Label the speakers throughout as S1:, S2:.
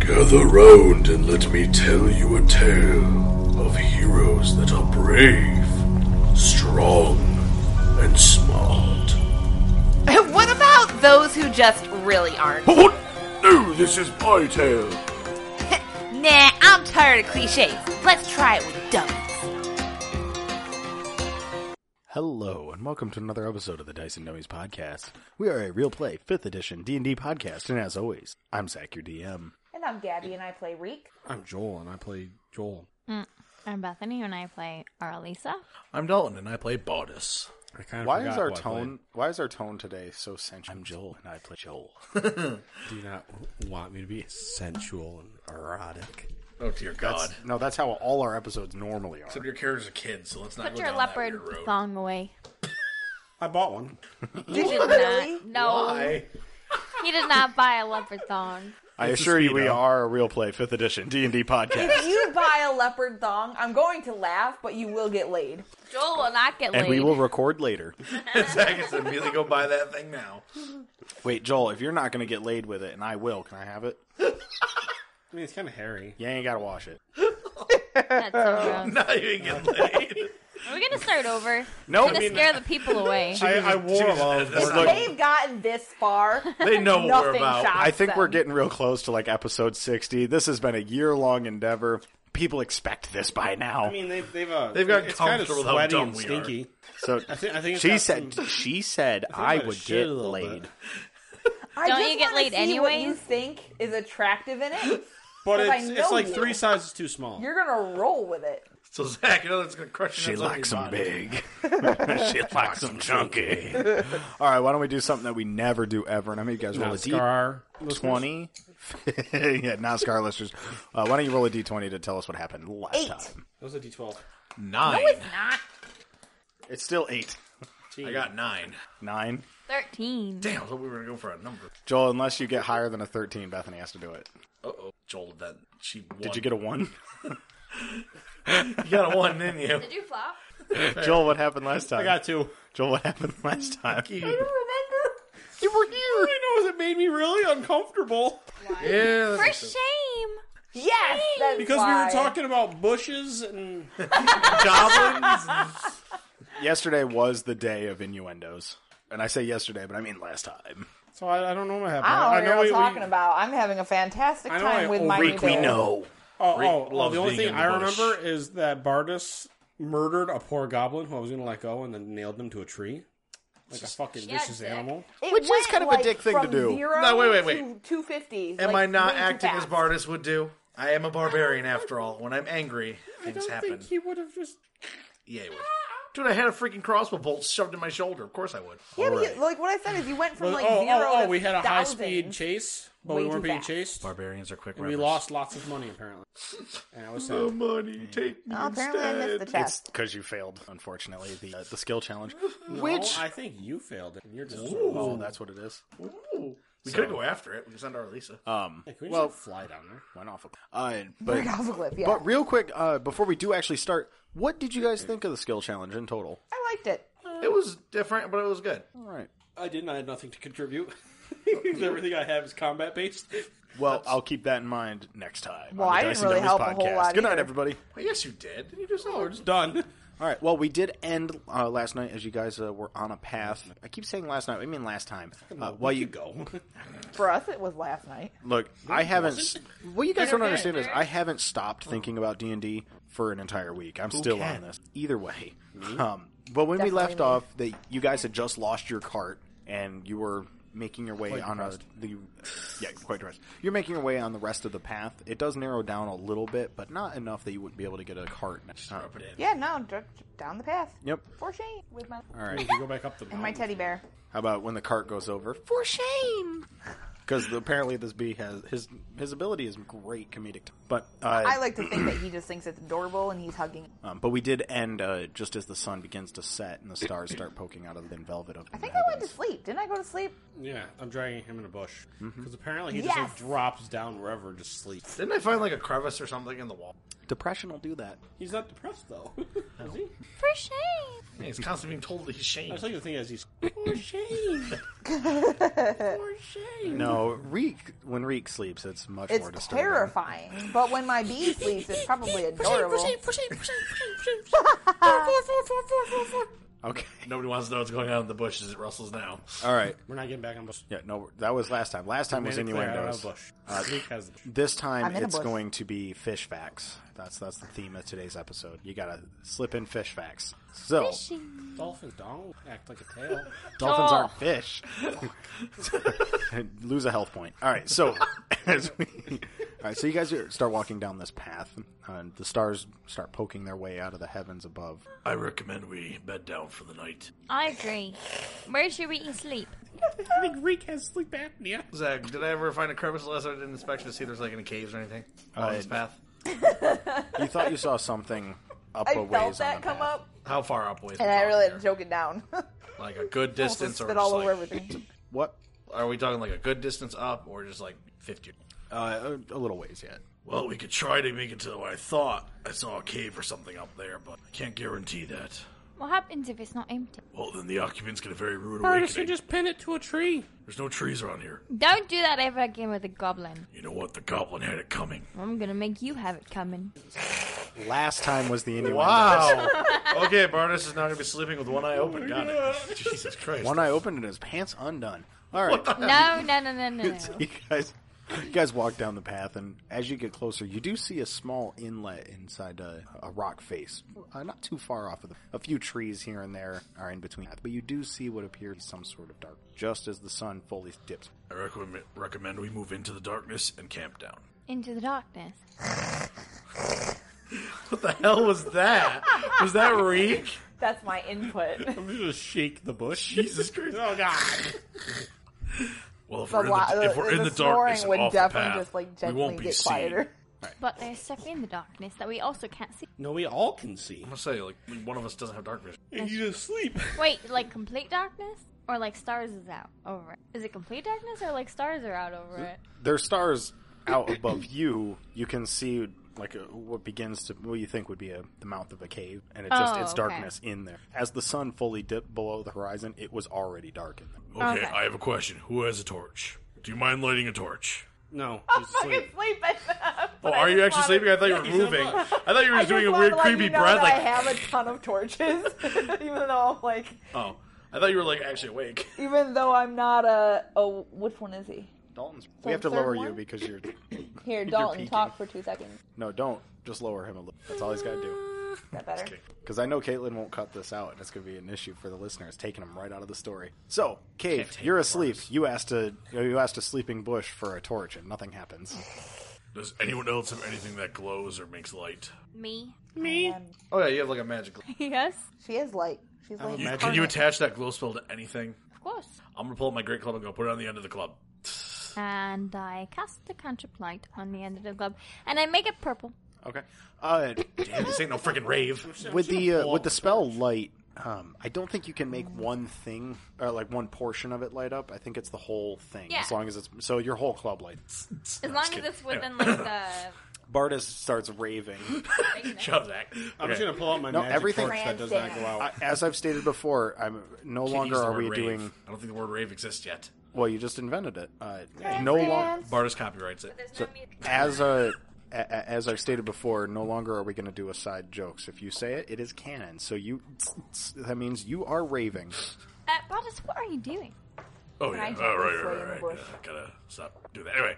S1: Gather round and let me tell you a tale of heroes that are brave, strong, and smart.
S2: what about those who just really aren't?
S1: What? No, this is my tale.
S2: Nah, I'm tired of cliches. Let's try it with dummies.
S3: Hello and welcome to another episode of the Dice and Dummies podcast. We are a real play 5th edition D&D podcast and as always, I'm Zach your DM.
S4: And I'm Gabby, and I play Reek.
S5: I'm Joel, and I play Joel.
S6: I'm Bethany, and I play Aralisa.
S7: I'm Dalton, and I play Bodice.
S5: I kind of
S3: Why
S5: forgot
S3: is our
S5: who I
S3: tone why is our tone today so sensual?
S7: I'm Joel, and I play Joel.
S5: played. Do you not want me to be sensual and erotic?
S7: Oh dear God!
S3: That's- no, that's how all our episodes normally are.
S7: Except your character's a kid, so let's not
S6: Put
S7: go
S6: your
S7: down that
S6: leopard
S7: weird road.
S6: thong away.
S5: I bought one.
S6: You did not. No,
S7: Why?
S6: he did not buy a leopard thong.
S3: I
S7: It's a
S3: assure you we
S7: speedo.
S3: are a real play 5th edition D&D podcast.
S4: If you buy a leopard thong, I'm going to laugh, but you will get laid.
S6: Joel will not get
S3: and
S6: laid.
S3: we will record later.
S7: Zach is immediately go buy that thing now.
S3: Wait, Joel, if you're not going to get laid with it and I will, can I have it?
S5: I mean, it's kind of hairy.
S3: You ain't got to wash it.
S6: That's so gross.
S7: Now you can get laid.
S6: Are we gonna start over?
S3: No,
S6: We're gonna
S3: I mean-
S6: scare the people away.
S5: I, I wore them. all over.
S7: Look,
S4: They've gotten this far.
S7: they know what we're
S4: Nothing
S7: about.
S4: shocks
S3: I think
S4: them.
S3: we're getting real close to like episode 60. This has been a year long endeavor. People expect this by now.
S5: I mean, they've they've uh,
S7: They've gotten
S5: it's kinda
S7: comfortable with how
S5: sweaty
S7: dumb
S5: and
S7: we are.
S5: stinky.
S3: so
S5: I think, I think it's
S3: she
S5: got
S3: said
S5: some-
S3: she said
S5: I
S3: I
S5: might have
S3: would
S5: shit
S3: get
S5: a little
S3: laid.
S5: bit.
S4: I
S6: Don't
S4: just
S6: you get
S4: wanna
S6: laid
S4: see
S6: anyway?
S4: What you think is attractive in it?
S5: but
S4: I
S5: it's, it's
S4: know
S5: like
S4: you.
S5: three sizes too small.
S4: You're gonna roll with it.
S7: So Zach, you know that's gonna crush. your
S3: She
S7: nuts off
S3: likes
S7: your
S3: them
S7: body.
S3: big. she likes them chunky. All right, why don't we do something that we never do ever? And I make you guys roll
S5: Not
S3: a
S5: scar.
S3: d20. yeah, not scar listeners. Uh, why don't you roll a d20 to tell us what happened last
S4: Eight.
S3: time?
S5: That was a D12.
S7: Nine.
S3: It's still eight,
S7: I got nine.
S3: nine.
S6: Thirteen.
S7: Damn, I thought we were gonna go for a number.
S3: Joel, unless you get higher than a 13, Bethany has to do it.
S7: Uh oh, Joel, that she. Won.
S3: Did you get a one?
S7: You got a one, didn't you?
S6: Did you flop?
S3: Joel, what happened last time?
S5: I got two.
S3: Joel, what happened last time?
S5: remember. You were here. I know it made me really uncomfortable
S7: Yeah.
S6: For shame.
S4: Yes, that's
S5: because we
S4: why.
S5: were talking about bushes and
S7: Goblins.
S3: yesterday was the day of innuendos. And I say yesterday, but I mean last time.
S5: so I, I don't know what happened.
S4: I don't know
S5: know
S4: what
S5: we-
S4: you're
S5: we-
S4: talking about. I'm having a fantastic
S5: I know I
S4: time with my
S5: Reek,
S4: new
S3: We
S4: bear.
S3: know.
S5: Oh,
S7: Rick
S5: oh, oh,
S7: loves
S5: the only thing
S7: being in the
S5: I
S7: bush.
S5: remember is that Bardus murdered a poor goblin who I was going to let go and then nailed them to a tree. Like a fucking
S6: Yeah,
S5: vicious
S6: dick.
S5: animal.
S4: It
S3: Which is
S4: went,
S3: kind of a
S4: like,
S3: dick thing to
S4: from
S3: do.
S4: Zero
S7: No, wait, wait, wait.
S4: Two fifty.
S7: Am I not acting as Bardus would do? I am a barbarian after all. When I'm angry, things happen.
S5: he would have just.
S7: Yeah, he would. Dude, I had a freaking crossbow bolt shoved in my shoulder. Of course I would.
S4: Yeah, but you, like what I said is you went from like
S5: oh,
S4: zero.
S5: oh, oh,
S4: to
S5: we had a high speed
S4: 1,000.
S5: chase, but
S4: Way
S5: we weren't
S4: too
S5: being
S4: fast.
S5: chased.
S7: Barbarians are quick.
S5: And we lost lots of money, apparently. And I was sad.
S7: money. Take me
S4: Oh, apparently, I missed the
S3: It's
S4: chest.
S3: because you failed, unfortunately, the uh, the skill challenge.
S5: Which? Oh, I think you failed it. And you're just. Ooh.
S3: Oh, that's what it is.
S7: We could go after it. We can send our Lisa.
S5: Like, we
S3: Well-
S5: just fly down there.
S3: Went off. a- Uh, but
S4: Off a cliff, yeah.
S3: but real quick, uh, before we do actually start, what did you guys think of the skill challenge in total?
S4: I liked it.
S7: it was different, but it was good.
S3: All right.
S5: I didn't. I had nothing to contribute. Everything I have is combat based.
S3: Well, I'll keep that in mind next time.
S4: Well,
S3: on the
S4: I
S3: Dice
S4: didn't
S3: and
S4: really
S3: Dummies
S4: help a whole
S3: podcast.
S4: lot
S3: Good night,
S4: either.
S3: everybody.
S7: Well, yes, you did. Didn't you just
S5: We're just done.
S3: All right. Well, we did end uh, last night as you guys uh, were on a path. I keep saying last night. I mean last time. Uh, while you
S5: Go.
S4: For us, it was last night.
S3: Look, I haven't. s- What you guys don't understand is I haven't stopped thinking about D and D for an entire week. I'm still on
S7: can?
S3: this. Either way, um, but when we left off, that you guys had just lost your cart and you were making your way on a, the yeah quite depressed. You're making your way on the rest of the path. It does narrow down a little bit, but not enough that you wouldn't be able to get a cart. Uh,
S7: Rub it in.
S4: Yeah, no, dr- down the path.
S3: Yep.
S4: For shame with my
S3: All right.
S5: You go back up the
S4: and my
S5: mountain.
S4: teddy bear.
S3: How about when the cart goes over? For shame. Because apparently this bee has his his ability is great comedic, but uh,
S4: I like to think that he just thinks it's adorable and he's hugging.
S3: Um, but we did end uh, just as the sun begins to set and the stars start poking out of the thin velvet of the
S4: I think I went to sleep. Didn't I go to sleep?
S5: Yeah, I'm dragging him in a bush because apparently he
S4: Yes!
S5: just like, drops down wherever and just sleeps.
S7: Didn't I find like a crevice or something in the wall?
S3: Depression will do that.
S5: He's not depressed though.
S7: Is
S5: he?
S6: For shame.
S7: He's constantly being told that he's
S5: I was
S7: shamed.
S5: like the thing is he's for shame. for shame.
S3: No, Reek. When Reek sleeps, it's much
S8: It's
S3: more disturbing.
S8: terrifying. But when my bee sleeps, it's probably adorable.
S3: Okay.
S7: Nobody wants to know what's going on in the bushes. It rustles now.
S3: All right.
S5: We're not getting back on Bush.
S3: Yeah. No, that was last time. Last time was
S5: Made it clear, I don't
S3: innuendos.
S5: have Bush. Uh, Zeke has the Bush.
S3: This time
S8: I'm in a
S3: it's
S8: bush.
S3: going to be fish facts. That's that's the theme of today's episode. You gotta slip in fish facts. So
S5: Dolphins don't act like a tail.
S3: dolphins
S6: Oh.
S3: aren't fish. Lose a health point. All right. So as we, all right. So you guys are- start walking down this path, and the stars start poking their way out of the heavens above.
S7: I recommend we bed down for the night.
S6: I agree. Where should we sleep?
S5: I think Reek has sleep apnea.
S7: Zach, did I ever find a crevice unless I did an inspection to see if there's like any caves or anything on this
S3: Uh,
S7: path?
S3: You thought you saw something up
S8: I
S3: a ways
S8: felt
S3: on
S8: that
S3: the
S8: come
S3: path.
S8: up,
S7: How far up was
S8: and I really had to
S7: there?
S8: choke it down.
S7: Like a good distance, or
S8: spit
S7: just
S8: all over
S7: like,
S8: everything.
S3: What?
S7: are we talking like a good distance up, or just like fifty?
S3: Uh, a a little ways yet.
S7: Well, we could try to make it to where I thought I saw a cave or something up there, but I can't guarantee that.
S6: What happens if it's not empty?
S7: Well, then the occupants get a very rude
S5: Curtis can just pin it to a tree.
S7: There's no trees around here.
S6: Don't do that ever again with a goblin.
S7: You know what? The goblin had it coming.
S6: I'm gonna make you have it coming.
S3: Last time was the innuendo.
S7: Wow. okay, Bardas is now going to be sleeping with one eye open. Got it. Jesus Christ.
S3: One eye open and his pants undone. All right.
S6: No, no, no, no, no.
S3: So you guys, you guys walk down the path, and as you get closer, you do see a small inlet inside a, a rock face, uh, not too far off of the. A few trees here and there are in between, but you do see what appears to be some sort of dark. Just as the sun fully dips,
S7: I recommend, recommend we move into the darkness and camp down.
S6: Into the darkness.
S7: What the hell was that? Was that Reek?
S8: That's my input.
S5: I'm just gonna shake the bush.
S7: Jesus Christ.
S5: Oh God.
S7: Well, if
S8: The
S7: we're in
S8: wa-
S7: the, if we're
S8: the-
S7: in the,
S8: the
S7: darkness
S8: snoring
S7: and
S8: would
S7: off
S8: definitely
S7: the path,
S8: just, like,
S7: we won't
S8: gently
S7: be
S8: get
S7: seen.
S8: quieter.
S6: But there's stuff in the darkness that we also can't see.
S5: No, we all can see.
S7: I'm gonna say, like, one of us doesn't have dark vision.
S5: And you just sleep.
S6: Wait, like complete darkness? Or like stars is out over it? Is it complete darkness or like stars are out over it?
S3: there are stars out above you. You can see like a, what begins to what you think would be a, the mouth of a cave, and it's just
S6: Oh,
S3: it's
S6: okay.
S3: darkness in there. As the sun fully dipped below the horizon, it was already dark in there.
S6: Okay, Okay. I
S7: have a question. Who has a torch? Do you mind lighting a torch?
S5: No,
S8: I'm
S5: he's asleep.
S8: fucking sleeping.
S7: Oh, are you actually sleeping? I thought you were
S5: he's in a
S7: moving. I
S5: bush.
S7: thought you were
S8: I
S7: just doing a
S8: wanted
S7: weird,
S8: to let
S7: creepy
S8: you know
S7: breath.
S8: that
S7: Like,
S8: I have a ton of torches, even though I'm like,
S7: oh, I thought you were like actually awake.
S8: even though I'm not a. Oh, which one is he?
S3: Dalton's. we have to
S8: the third
S3: lower you
S8: one?
S3: because you're.
S8: Here,
S3: peeking.
S8: Dalton, talk for two seconds.
S3: No, don't. Just lower him a little. That's all he's got to do.
S8: Is that better?
S3: Because I know Caitlin won't cut this out, and it's going to be an issue for the listeners, taking them right out of the story. So, Cave, you're asleep. You asked a you asked a sleeping bush for a torch, and nothing happens.
S9: Does anyone else have anything that glows or makes light?
S6: Me?
S5: Me.
S8: Um,
S7: Oh yeah, you have like a magic. Glow.
S6: Yes?
S8: she is light. She's light.
S7: You- can you attach that glow spell to anything?
S6: Of course.
S7: I'm gonna pull up my great club and go put it on the end of the club.
S6: And I cast the cantrip light on the end of the globe. And I make it purple.
S3: Okay. Uh,
S7: Damn, this ain't no freaking rave.
S3: with the uh, with the spell light, um, I don't think you can make one thing or like one portion of it light up. I think it's the whole thing,
S6: Yeah.
S3: as long as it's so your whole club light.
S6: As long as it's within like uh, the
S3: Bardas starts raving.
S7: Shut up, Zach.
S5: I'm just
S7: Okay.
S5: gonna pull out my
S3: No,
S5: magic
S3: everything-
S5: torch that does not go out.
S3: I, as I've stated before, I'm no
S7: Can't
S3: longer
S7: use the
S3: are
S7: word
S3: we
S7: rave.
S3: doing.
S7: I don't think the word rave exists yet.
S3: Well, you just invented it. Uh, no longer.
S7: Bardas copyrights it.
S6: There's no music.
S3: as a, a a- as I've stated before, no longer are we going to do aside jokes. If you say it, it is canon. So you that means you are raving.
S6: Uh, Bardas, what are you doing?
S9: Oh
S8: I
S9: yeah,
S8: jump
S9: oh, right,
S8: this way
S9: right,
S8: in the
S9: right, right.
S8: bush?
S9: Yeah, gotta stop doing that. Anyway,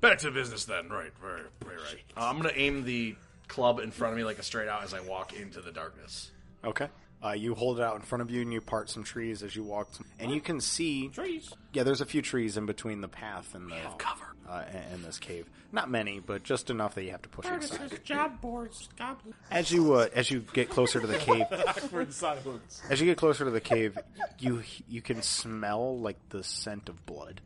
S9: back to business then. Right, right, right, right.
S7: Uh, I'm gonna aim the club in front of me like a straight out as I walk into the darkness.
S3: Okay. Uh, you hold it out in front of you and you part some trees as you walk, and you can see.
S5: Trees.
S3: Yeah, there's a few trees in between the path and the cover uh, and, and this cave. Not many, but just enough that you have to push inside.
S5: job boards. Goblin.
S3: As you uh, as you get closer to the cave,
S5: Awkward silence.
S3: As you get closer to the cave, you you can smell like the scent of blood.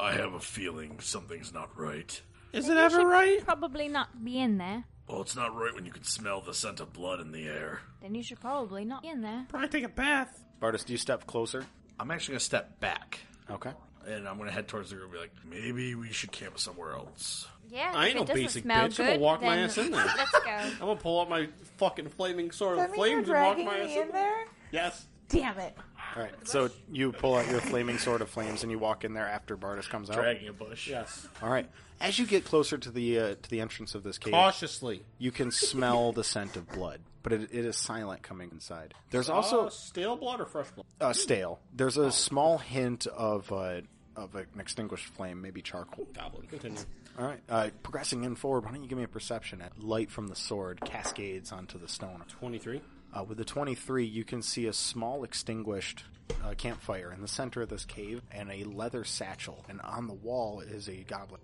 S9: I have a feeling something's not right.
S5: Is it ever right?
S6: Probably not be in there.
S9: Well, it's not right when you can smell the scent of blood in the air.
S6: Then you should probably not be in there.
S5: Probably take a bath.
S3: Bartis, do you step closer?
S7: I'm actually gonna step back
S3: Okay.
S1: and I'm gonna head towards the group. and Be like, maybe we should camp somewhere else.
S6: Yeah,
S5: I
S6: if
S5: ain't no
S6: it doesn't
S5: basic
S6: smell
S5: bitch. I'm
S6: Good,
S5: gonna walk my
S6: then
S5: ass in there.
S6: Let's go.
S5: I'm gonna pull out my fucking flaming sword
S8: Does
S5: of
S8: that mean you're
S5: flames and walk
S8: dragging
S5: my ass
S8: me in
S5: in there.
S8: there?
S5: Yes.
S8: Damn it.
S3: All right, so you pull out your flaming sword of flames and you walk in there after Bardas comes out.
S1: Dragging a bush.
S5: Yes.
S3: All right, as you get closer to the uh, to the entrance of this cave,
S5: Cautiously.
S3: you can smell the scent of blood, but it, it is silent coming inside. There's
S5: Also,
S3: also
S5: Uh, stale blood or fresh blood?
S3: uh, stale. There's a small hint of uh, of an extinguished flame, maybe charcoal.
S5: Goblin. Continue.
S3: All right, uh, progressing in forward. Why don't you give me a perception? At light from the sword cascades onto the stone.
S5: Twenty-three.
S3: Uh, with the 23, you can see a small extinguished uh, campfire in the center of this cave and a leather satchel. And on the wall is a goblet.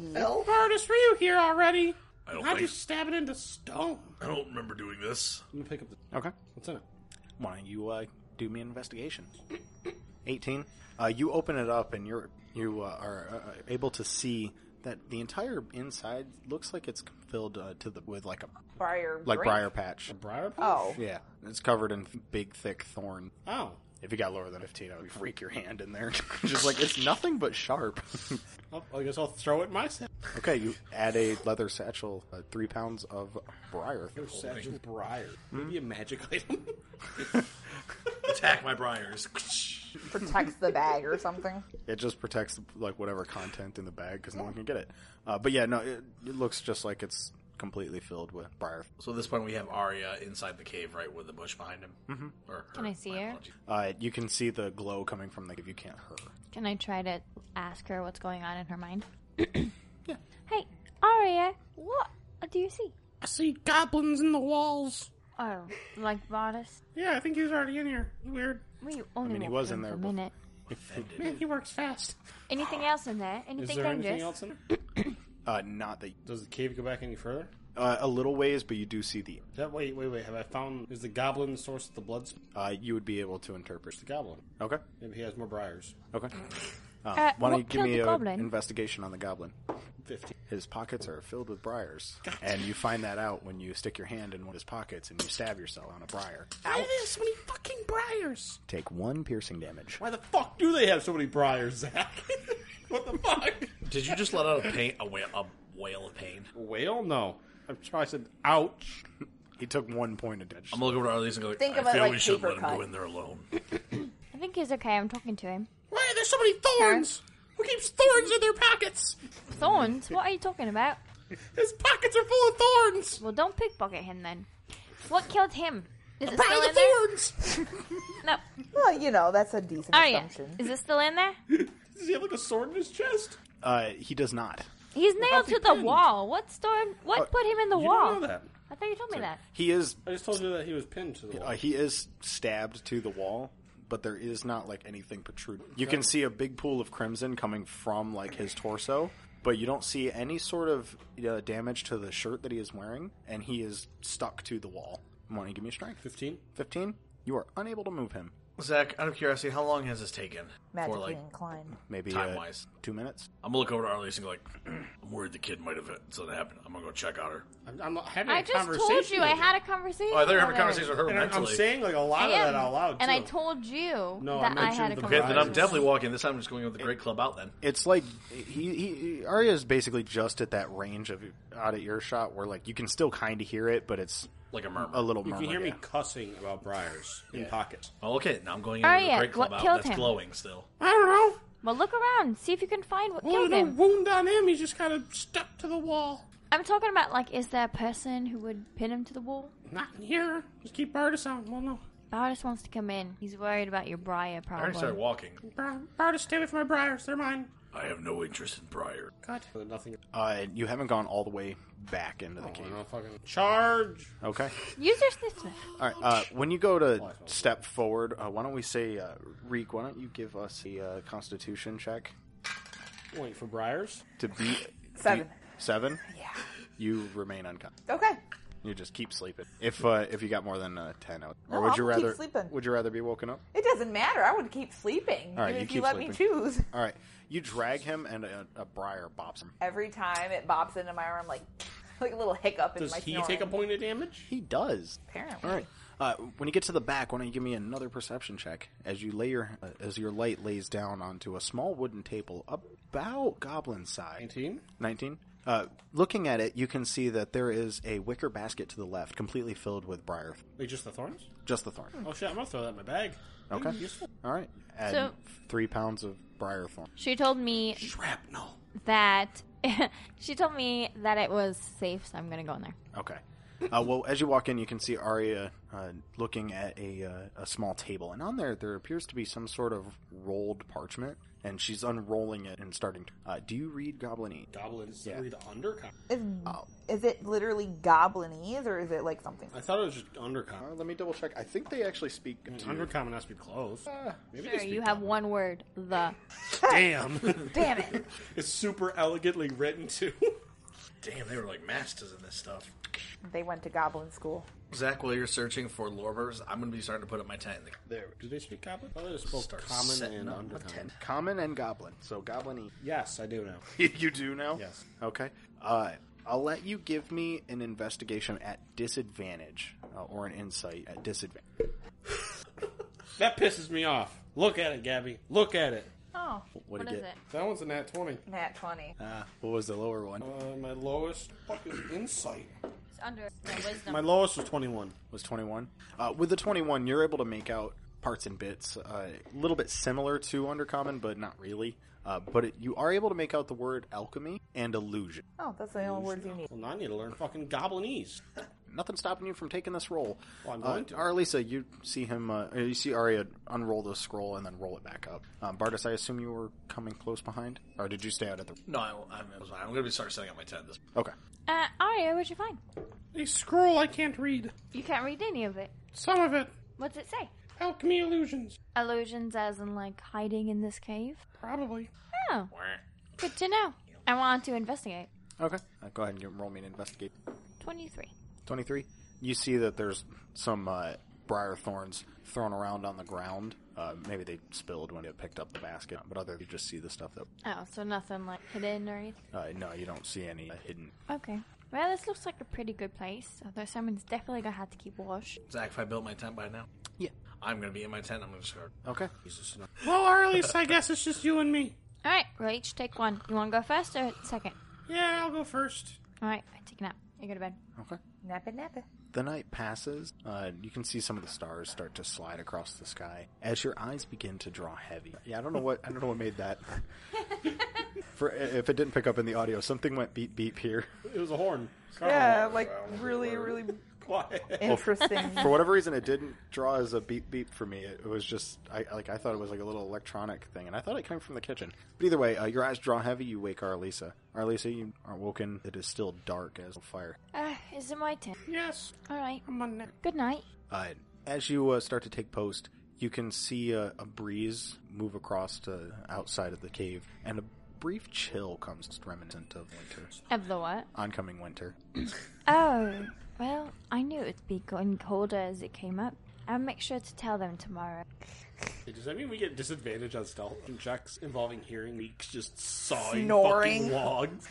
S5: No. Artist, were you here already?
S7: I don't
S5: How'd you
S7: think-
S5: stab it into stone?
S7: I don't remember doing this.
S5: Let me pick up the.
S3: Okay.
S5: What's in it?
S3: Why don't you uh, do me an investigation? 18. Uh, you open it up and you're you uh, are uh, able to see that the entire inside looks like it's filled uh, to the with like a
S8: Briar.
S3: like
S8: drink?
S3: briar patch.
S5: Briar. Patch?
S8: Oh.
S3: Yeah, it's covered in big thick thorn.
S5: Oh.
S3: If you got lower than 15, I would freak your hand in there. Just like it's nothing but sharp.
S5: Well, Oh, I guess I'll throw it myself.
S3: Okay, you add a leather satchel, uh, three pounds of briar. thorn.
S5: Satchel Briar. Maybe a magic item.
S1: Attack my briars.
S8: Protects the bag or something.
S3: It just protects like whatever content in the bag because no one can get it. Uh, but yeah, no, it, it looks just like it's completely filled with briar.
S1: so at this point, we have Arya inside the cave, right, with the bush behind him. Mm-hmm. Or her,
S6: Can I see
S1: my
S6: her?
S1: apologies.
S3: Uh, you can see the glow coming from the if you can't hurt. her.
S6: Can I try to ask her what's going on in her mind? Hey, Aria, what do you see?
S5: I see goblins in the walls.
S6: Oh, like Bodice?
S5: Yeah, I think he was already in here. Weird.
S6: We only
S3: mean, he
S6: walked
S3: was in
S6: for
S3: there
S6: a
S3: before.
S6: minute.
S5: Man, he works fast.
S6: Anything else in there? Anything
S5: Is there
S6: dangerous?
S5: anything else in there?
S3: Uh, not that
S5: Does the cave go back any further?
S3: uh, a little ways, but you do see the.
S5: Is That wait, wait, wait. Have I found? Is the goblin the source of the blood? sp-
S3: Uh, you would be able to interpret.
S5: The goblin.
S3: Okay,
S5: Maybe he has more briars.
S3: okay. Um,
S6: Uh,
S3: Why don't
S6: what
S3: you give
S6: killed
S3: me
S6: the
S3: an
S6: goblin?
S3: investigation on the goblin?
S5: Fifteen.
S3: His pockets are filled with briars, and you find that out when you stick your hand in one of his pockets and you stab yourself on a briar.
S5: Why this many fucking briars?
S3: Take one piercing damage.
S5: Why the fuck do they have so many briars, Zach? what the fuck?
S1: Did you just let out a pain, a wail, a wail of pain?
S5: Whale? No. I'm sure I said ouch.
S3: He took one point of damage.
S1: I'm gonna go over to Arya and go. Like,
S8: Think
S1: I
S8: of it
S7: feel
S8: like
S7: we shouldn't
S8: paper
S7: let him
S8: cut.
S7: go in there alone.
S6: I think he's okay. I'm talking to him.
S5: Why are there so many thorns? Who keeps thorns in their pockets?
S6: Thorns? what are you talking about?
S5: His pockets are full of thorns.
S6: Well, don't pickpocket him then. What killed him? Is it still
S5: Briar the
S6: in there?
S5: thorns.
S6: No.
S8: Well, you know, that's a decent
S6: Aria,
S8: assumption.
S6: is it still in there?
S5: Does he have like a sword in his chest?
S3: Uh, he does not.
S6: He's nailed
S5: he
S6: to the
S5: pinned?
S6: wall. What storm? What put him in the
S5: Uh, You
S6: wall?
S5: don't know that.
S6: I thought you told me that.
S3: He is
S5: I just told you that he was pinned to the wall.
S3: uh, he is stabbed to the wall, but there is not like anything protruding. You can see a big pool of crimson coming from like his torso, but you don't see any sort of uh, damage to the shirt that he is wearing, and he is stuck to the wall. Why don't you give me a strength?
S5: Fifteen.
S3: Fifteen. You are unable to move him.
S1: Zach, out of curiosity, how long has this taken?
S8: Magically
S1: For like,
S8: inclined.
S3: Maybe uh,
S1: Time-wise.
S3: two minutes.
S7: I'm gonna look over to Arliss and go like, I'm worried the kid might have
S1: uh,
S7: had something happened. I'm gonna go check on her.
S5: I'm, I'm not having
S6: I
S5: a
S6: just
S5: conversation.
S6: told you I
S5: with
S6: had a conversation.
S1: Oh, I thought you were having a
S6: with her.
S1: conversation with her
S5: And I'm, I'm
S1: mentally.
S5: saying like a lot of that out loud.
S6: And I
S5: too.
S6: told you
S5: No, I
S6: that
S5: mentioned
S6: I, had a
S5: the
S1: Okay,
S6: conversation.
S1: then I'm definitely walking. This time I'm just going with the great club out then.
S3: It's like he, he, he Arya is basically just at that range of out of earshot where like you can still kind of hear it, but it's
S1: Like a murmur.
S3: a little
S5: You
S3: murmur.
S5: can hear me
S3: yeah.
S5: cussing about briars in pockets.
S1: Oh, okay, now I'm going
S6: Oh,
S1: into the
S6: yeah,
S1: great club
S6: what
S1: out.
S6: killed
S1: That's
S6: him?
S1: glowing still.
S5: I don't know.
S6: Well, look around, see if you can find what
S5: Well,
S6: killed
S5: no
S6: him.
S5: wound on him. He's just kind of stuck to the wall.
S6: I'm talking about like, is there a person who would pin him to the wall?
S5: Not in here. Just keep Bartis on. Well, no.
S6: Bardis wants to come in. He's worried about your briar,
S1: I
S6: probably.
S1: already started walking.
S5: Bar- Bartis, stay away from my briars. They're mine.
S7: I have no interest in Briar.
S5: God. Nothing.
S3: Uh, you haven't gone all the way back into the cave.
S5: Okay. fucking charge.
S3: Okay.
S6: Use your sniff sniff.
S3: All right. Uh, when you go to step forward, uh, why don't we say, uh, Reek? Why don't you give us a uh, Constitution check
S5: Wait for briars.
S3: to beat
S8: Seven.
S3: seven? Yeah. You remain unconscious.
S8: Okay.
S3: You just keep sleeping. If uh, if you got more than uh, ten, out.
S8: No,
S3: or would
S8: I'll
S3: you
S8: keep
S3: rather
S8: sleeping.
S3: would you rather be woken up?
S8: It doesn't matter. I would keep sleeping.
S3: All right,
S8: if
S3: you
S8: you,
S3: keep
S8: let me
S3: sleeping.
S8: choose.
S3: All right. You drag him, and a, a briar bops him.
S8: Every time it bobs into my arm, like like a little hiccup in
S5: Does
S8: my
S5: he
S8: snoring.
S5: take a point of damage?
S3: He does.
S8: Apparently.
S3: All right. Uh, when you get to the back, why don't you give me another perception check as you lay your uh, as your light lays down onto a small wooden table about goblin size.
S5: 19?
S3: 19. Uh, looking at it, you can see that there is a wicker basket to the left, completely filled with briar,
S5: Wait, just the thorns?
S3: just the thorn.
S5: Oh shit, I'm gonna throw that in my bag.
S3: Okay.
S5: Useful.
S3: All right. Add
S6: So-
S3: three pounds of briar thorn.
S6: She told me
S5: Shrapnel.
S6: that she told me that it was safe, so I'm gonna go in there.
S3: Okay. Uh, well, as you walk in, you can see Arya uh, looking at a uh, a small table, and on there there appears to be some sort of rolled parchment, and she's unrolling it and starting. To, uh, do you read Goblinese?
S5: Goblins read undercon.
S8: Is, is it literally goblinese or is it like something?
S5: I thought it was just undercon.
S3: Uh, let me double check. I think they actually speak.
S5: Undercommon Mm-hmm. has to be close. Uh, Maybe they
S6: Sure,
S5: speak
S6: you have
S5: Goblin.
S6: one word, the.
S5: Damn.
S8: Damn it!
S5: it's super elegantly written too.
S1: Damn, they were like masters in this stuff.
S8: They went to goblin school.
S1: Zach, while you're searching for lorvers, I'm gonna be starting to put up my tent. There,
S5: Do they speak goblin? I thought they just spoke
S1: start
S5: Oh, common
S1: setting
S5: and
S1: up a
S5: undercommon.
S1: tent.
S3: Common and Goblin. So Goblin.
S5: Yes, I do know.
S3: you do now.
S5: Yes.
S3: Okay. Uh, I'll let you give me an investigation at disadvantage uh, or an insight at disadvantage.
S5: That pisses me off. Look at it, Gabby. Look at it.
S8: Oh,
S3: What
S6: What is it?
S5: That one's a nat 20.
S8: nat twenty.
S3: Ah, what was the lower one?
S5: Uh, my lowest fucking insight.
S6: It's under wisdom.
S5: My lowest was 21.
S3: was 21. Uh, with the 21, you're able to make out parts and bits, uh, a little bit similar to Undercommon, but not really. Uh, but it, you are able to make out the word alchemy and illusion.
S8: Oh, that's the only words you need.
S5: Well, now I need to learn fucking goblinese.
S3: Nothing's stopping you from taking this roll.
S5: Well, I'm going
S3: uh,
S5: to.
S3: Arlisa, you see him. Uh, you see Arya unroll the scroll and then roll it back up. Um, Bardas, I assume you were coming close behind, or did you stay out at the?
S1: No, I, I'm, I'm gonna be starting setting up my tent. This
S3: Okay.
S6: Uh, Aria, what'd you find?
S5: A scroll I can't read.
S6: You can't read any of it.
S5: Some of it.
S6: What's it say?
S5: Alchemy illusions.
S6: Illusions, as in like hiding in this cave.
S5: Probably.
S6: Oh, good to know. I want to investigate.
S3: Okay. Uh, go ahead and give, roll me an investigate.
S6: Twenty-three.
S3: 23 you see that there's some uh, briar thorns thrown around on the ground uh, maybe they spilled when it picked up the basket but other you just see the stuff that
S6: Oh, so nothing like hidden or anything.
S3: uh, no you don't see any uh, hidden
S6: Okay. Well, this looks like a pretty good place. Although someone's definitely gonna have to keep watch.
S1: Zach, if I built my tent by now,
S3: yeah
S1: I'm gonna be in my tent. I'm gonna start.
S3: okay
S5: Well, or at least I guess it's just you and me.
S6: All right, we'll each take one. You want to go first or second?
S5: Yeah, I'll go first.
S6: All right, I take a nap. You go to bed.
S3: okay
S8: Nappa nappa.
S3: the night passes uh, you can see some of the stars start to slide across the sky as your eyes begin to draw heavy yeah i don't know what i don't know what made that for if it didn't pick up in the audio something went beep beep here
S5: It was a horn.
S8: Yeah, Uh, like really, really
S5: Quiet.
S8: interesting.
S3: for whatever reason it didn't draw as a beep beep for me it was just i like i thought it was like a little electronic thing and i thought it came from the kitchen but either way uh, your eyes draw heavy you wake arlisa arlisa you are woken it is still dark as a fire
S6: Uh, is it my turn?
S5: Yes,
S6: All right.
S5: I'm on that.
S6: Good night.
S3: uh, as you uh, start to take post you can see a, a breeze move across to outside of the cave and a brief chill comes just reminiscent of winter
S6: Of the what?
S3: oncoming winter
S6: Oh, well, I knew it'd be getting colder as it came up. I'll make sure to tell them tomorrow.
S5: Does that mean we get disadvantage on stealth checks involving hearing me just sawing
S8: Snoring.
S5: fucking logs?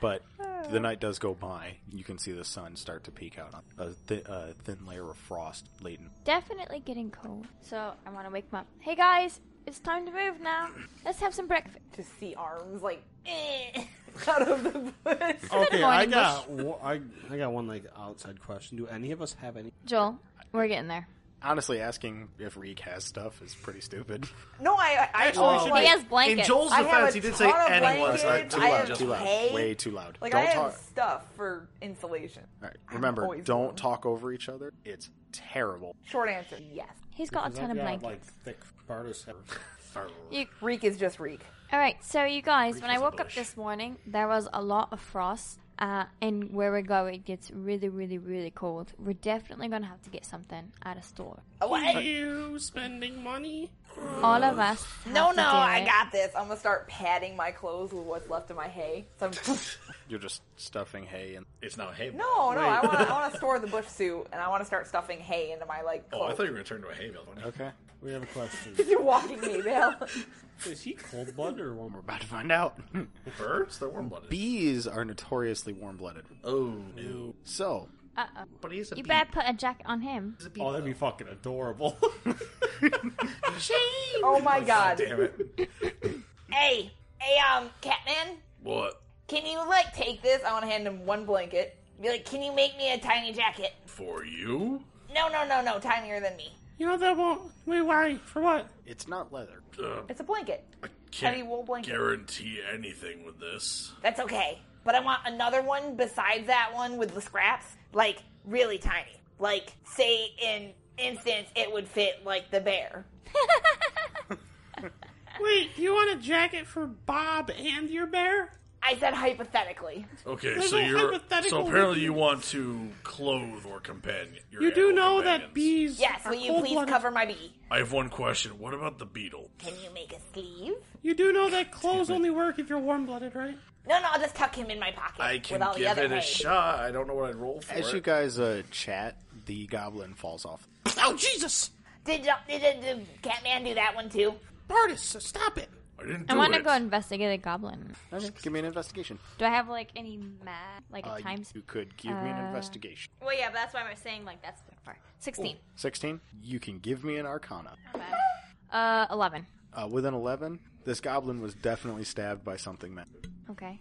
S3: But the night does go by. You can see the sun start to peek out. A th- uh, thin layer of frost laden.
S6: Definitely getting cold, so I want to wake 'em up. Hey guys, it's time to move now. Let's have some breakfast.
S8: to see arms like eh, out of the bush.
S5: Okay, I
S6: morning,
S5: got wo- I, I got one like outside question. Do any of us have any?
S6: Joel, we're getting there.
S3: Honestly, asking if Reek has stuff is pretty stupid.
S8: No, I, Oh, I, I always,
S6: He
S8: like,
S6: has blankets.
S1: In Joel's
S8: I
S1: defense,
S8: have a
S1: he did
S8: ton
S1: say
S8: of
S1: anyone.
S8: blankets.
S1: so I-
S8: I have
S1: just-
S3: Too loud.
S8: Hey.
S3: Way too loud.
S8: like
S3: don't
S8: I have
S3: talk.
S8: stuff for insulation.
S3: All right, remember,
S8: always
S3: don't
S8: loud.
S3: talk over each other. It's terrible.
S8: Short answer, yes.
S6: He's got a ton of blankets.
S5: like thick Bardas have.
S8: Reek is just reek.
S6: All right, so you guys, when I
S1: as a
S6: woke up
S1: bush.
S6: this morning, there was a lot of frost, uh, and where we go, it gets really, really, really cold. We're definitely gonna have to get something at a store.
S8: Oh, I-
S5: you spending money?
S6: All of us. have
S8: no,
S4: Oh,
S6: to
S8: no,
S6: do
S8: I
S6: it.
S8: got this. I'm gonna start padding my clothes with what's left of my hay. So I'm,
S3: You're just stuffing hay and
S1: It's not hay.
S4: oh,
S8: no, no, I want to I want to store the bush suit, and I want to start stuffing hay into my like.
S1: Oh, I
S8: Clothes.
S1: thought you were gonna turn to a hay bale.
S3: okay.
S5: We have a question.
S8: You're walking me, Bill.
S5: Is he cold blooded or warm?
S3: We're about to find out.
S1: Birds? They're warm blooded.
S3: Bees are notoriously warm-blooded,
S1: Oh no.
S3: so
S6: Uh oh.
S1: But he's a
S6: You
S1: bee.
S6: better put a jacket on him.
S1: He's a bee.
S5: Oh, that'd be fucking adorable.
S8: Oh my god.
S1: Damn it.
S8: Hey, hey, um, Catman,
S7: What?
S8: can you like take this? I want to hand him one blanket. Be like, can you make me a tiny jacket?
S7: For you?
S8: No, no, no, no, tinier than me.
S5: you know that won't. Wait, why? For what?
S3: It's not leather.
S8: It's a blanket.
S7: Can't
S8: Heavy wool blanket.
S7: guarantee anything with this.
S8: That's okay. But I want another one besides that one with the scraps, like really tiny. Like, say in instance, it would fit like the bear.
S5: Wait, you want a jacket for Bob and your bear?
S8: I said hypothetically.
S7: Okay,
S5: There's
S7: so
S5: no
S7: you're
S5: hypothetical
S7: so apparently
S5: with
S7: you want to clothe or companion. Your
S5: You do
S7: animal
S5: know that
S7: companions.
S5: bees.
S8: Yes,
S5: are
S8: will you please
S5: cold-blooded-
S8: cover my bee?
S7: I have one question. What about the beetle?
S8: Can you make a sleeve?
S5: You do know that clothes only work if you're warm-blooded, right?
S8: No, no, I'll just tuck him in my pocket
S1: I can
S8: with all the
S1: give
S8: other
S1: it a
S8: hay.
S1: shot. I don't know what I'd roll for.
S3: As
S1: it.
S3: you guys uh, chat, the goblin falls off.
S5: Oh Jesus!
S8: Did, y'all- did, did, did Catman do that one too?
S5: Artist, so stop it.
S7: I didn't do
S6: I want to
S7: it.
S6: go investigate a goblin.
S3: Okay, give me an investigation.
S6: Do I have like any mad like a
S3: Uh,
S6: time?
S3: you could give me an
S6: Uh,
S3: investigation.
S6: Well, yeah, but that's why I'm saying like that's far. Sixteen.
S3: 16. You can give me an arcana.
S6: Uh, eleven.
S3: Uh, with an 11, this goblin was definitely stabbed by something. ma-
S6: Okay.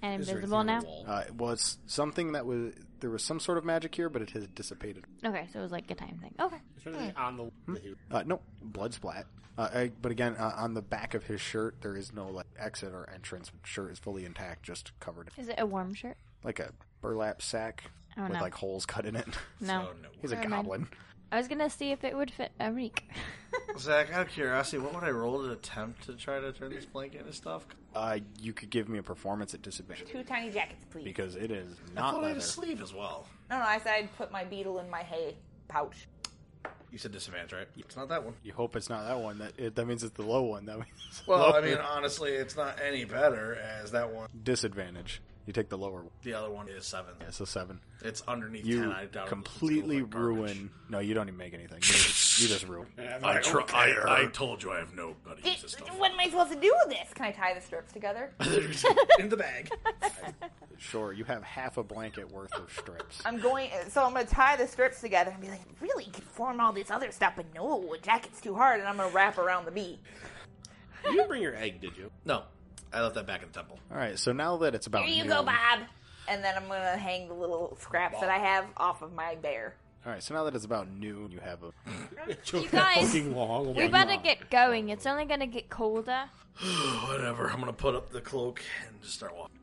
S6: And invisible now.
S3: Uh, it was something that was. There was some sort of magic here, but it has dissipated.
S6: Okay, so it was like a time thing. Okay.
S5: on the.
S3: Uh, no, blood splat. Uh, I, but again, uh, on the back of his shirt, there is no like exit or entrance. Shirt is fully intact, just covered in,
S6: Is it a warm shirt?
S3: like a burlap sack
S6: Oh,
S3: with
S6: no.
S3: like holes cut in it.
S6: Oh, No.
S3: He's a
S6: Never mind.
S3: goblin.
S6: I was gonna see if it would fit a reek.
S1: Zach, out of curiosity, what would I roll to attempt to try to turn this blanket into stuff?
S3: Uh, you could give me a performance at disadvantage
S8: Two tiny jackets, please.
S3: because it is
S1: I
S3: not
S1: thought I had
S3: leather.
S1: a sleeve as well.
S8: No, no, I said I'd put my beetle in my hay pouch.
S1: You said disadvantage, right? It's not that one.
S3: You hope it's not that one. That it, that means it's the low one. That means
S1: Well, I
S3: lower-
S1: mean, uh, honestly, it's not any better as that one.
S3: disadvantage. You take the lower one.
S1: The other one is seven.
S3: It's a seven.
S1: It's underneath
S3: You
S1: ten. I doubt
S3: completely
S1: it's gonna look like
S3: ruin. No, you don't even make anything. You just, you just ruin.
S7: I, tr- I, I told you I have no how to
S8: Did,
S7: use this stuff.
S8: what am I supposed to do with this? Can I tie the strips together?
S1: garbage. in the bag.
S3: Sure, you have half a blanket worth of strips.
S8: I'm going, so I'm going to tie the strips together and be like, really could form all this other stuff, but no, a jacket's too hard, and I'm going to wrap around the bee.
S5: You didn't bring your egg, did you?
S1: No, I left that back in the temple.
S3: All right, so now that it's about
S8: Here you
S3: noon,
S8: go, Bob. And then I'm going to hang the little scraps that I have off of my bear.
S3: All right, so now that it's about noon, you have a.
S6: you guys,
S5: Fucking long.
S6: we better get going. It's only gonna get colder.
S1: Whatever. I'm gonna put up the cloak and just start walking.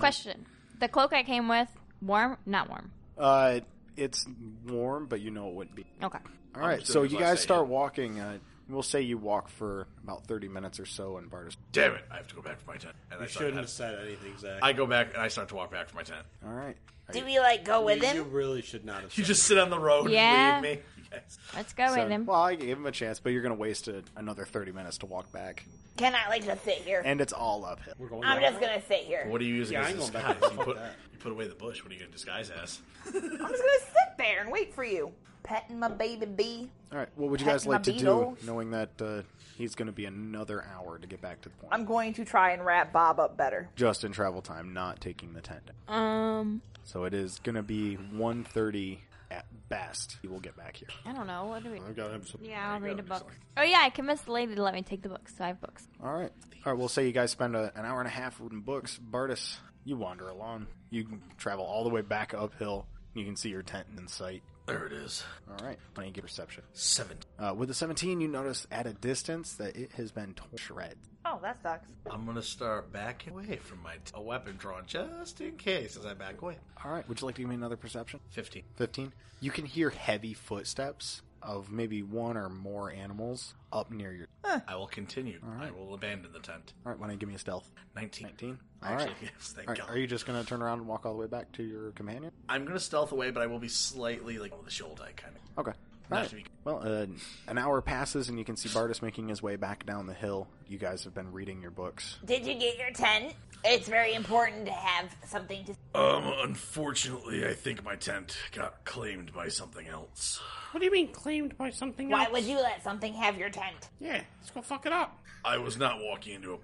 S6: Question: The cloak I came with, warm? Not warm.
S3: Uh, it's warm, but you know it wouldn't be.
S6: Okay.
S3: All right,
S1: just
S3: so
S1: gonna
S3: you
S1: go
S3: guys
S1: say
S3: start
S1: it.
S3: walking. Uh, we'll say you walk for about thirty minutes or so, and Bartis.
S7: Damn it! I have to go back to my tent. And I
S5: You
S7: start
S5: shouldn't
S7: heading-
S5: have said anything, Zach.
S1: I go back and I start to walk back to my tent.
S3: All right, Are
S8: Do
S3: you-
S8: we, like, go with
S5: You
S8: him?
S5: really should not have.
S1: You
S5: said
S1: just sit on the road
S6: Yeah.
S1: and leave me. You guys-
S6: Let's go
S3: so-
S6: with him.
S3: well, I gave him a chance, but you're going to waste a, another thirty minutes to walk back,
S8: Can I, like, just sit here?
S3: and it's all uphill.
S5: We're going
S8: I'm
S5: back.
S8: just going to sit here.
S1: What are you using
S5: Yeah,
S1: as
S5: I ain't
S1: a
S5: going
S1: disguise?
S5: back there.
S1: You
S5: Fuck
S1: put,
S5: that.
S1: you put away the bush. What are you gonna disguise as?
S8: I'm just gonna sit there and wait for you. Petting my baby bee.
S3: All right, what would you guys
S8: Heck, my
S3: like to do,
S8: beetles.
S3: knowing that uh, he's going to be another hour to get back to the point?
S8: I'm going to try and wrap Bob up better.
S3: just in travel time, not taking the tent. down.
S6: Um,
S3: So it is going to be 1.30 at best. He will get back here.
S6: I don't know. What do we?
S5: I've got him some-
S6: Yeah, I'll read a book. Oh yeah, I convinced the lady to let me take the books, so I have books.
S3: All right. All right, we'll say you guys spend a, an hour and a half reading books. Bartis, you wander along. You can travel all the way back uphill. You can see your tent in sight.
S1: There it is.
S3: All right. Why don't you get perception?
S1: Seven.
S3: Uh, with the 17, you notice at a distance that it has been torn to shreds.
S8: Oh, that sucks.
S1: I'm gonna start backing away from my t- a weapon drawn just in case as I back away.
S3: All right. Would you like to give me another perception?
S1: Fifteen.
S3: 15. You can hear heavy footsteps of maybe one or more animals up near your.
S1: I will continue. I will abandon the tent.
S3: All right, why don't you give me a stealth?
S1: Nineteen.
S3: 19.
S1: I
S3: All right.
S1: actually yes, thank
S3: All right.
S1: God.
S3: Are you just going to turn around and walk all the way back to your companion?
S1: I'm gonna stealth away, but I will be slightly like with the shoulder kind of.
S3: Okay.
S1: Not
S3: All
S1: to
S3: right.
S1: be-
S3: Well, uh, an hour passes and you can see Bartis making his way back down the hill. You guys have been reading your books.
S8: Did you get your ten? It's very important to have something to.
S7: Um, unfortunately, I think my tent got claimed by something else.
S5: What do you mean claimed by something
S8: Why
S5: else?
S8: would you let something have your tent?
S5: Yeah, let's go fuck it up.
S7: I was not walking into a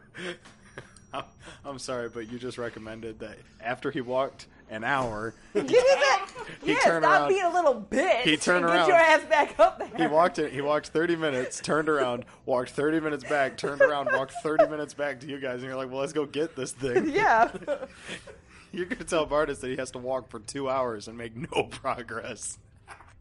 S3: I'm, I'm sorry, but you just recommended that after he walked an hour,
S8: yeah, stop
S3: turned around.
S8: being a little bitch.
S3: He turned
S8: and
S3: around.
S8: Get your ass back up there.
S3: he walked it. He walked 30 minutes, turned around, walked 30 minutes back, turned around, walked 30 minutes back to you guys, and you're like, "Well, let's go get this thing."
S8: Yeah.
S3: You're gonna tell Bartis that he has to walk for two hours and make no progress.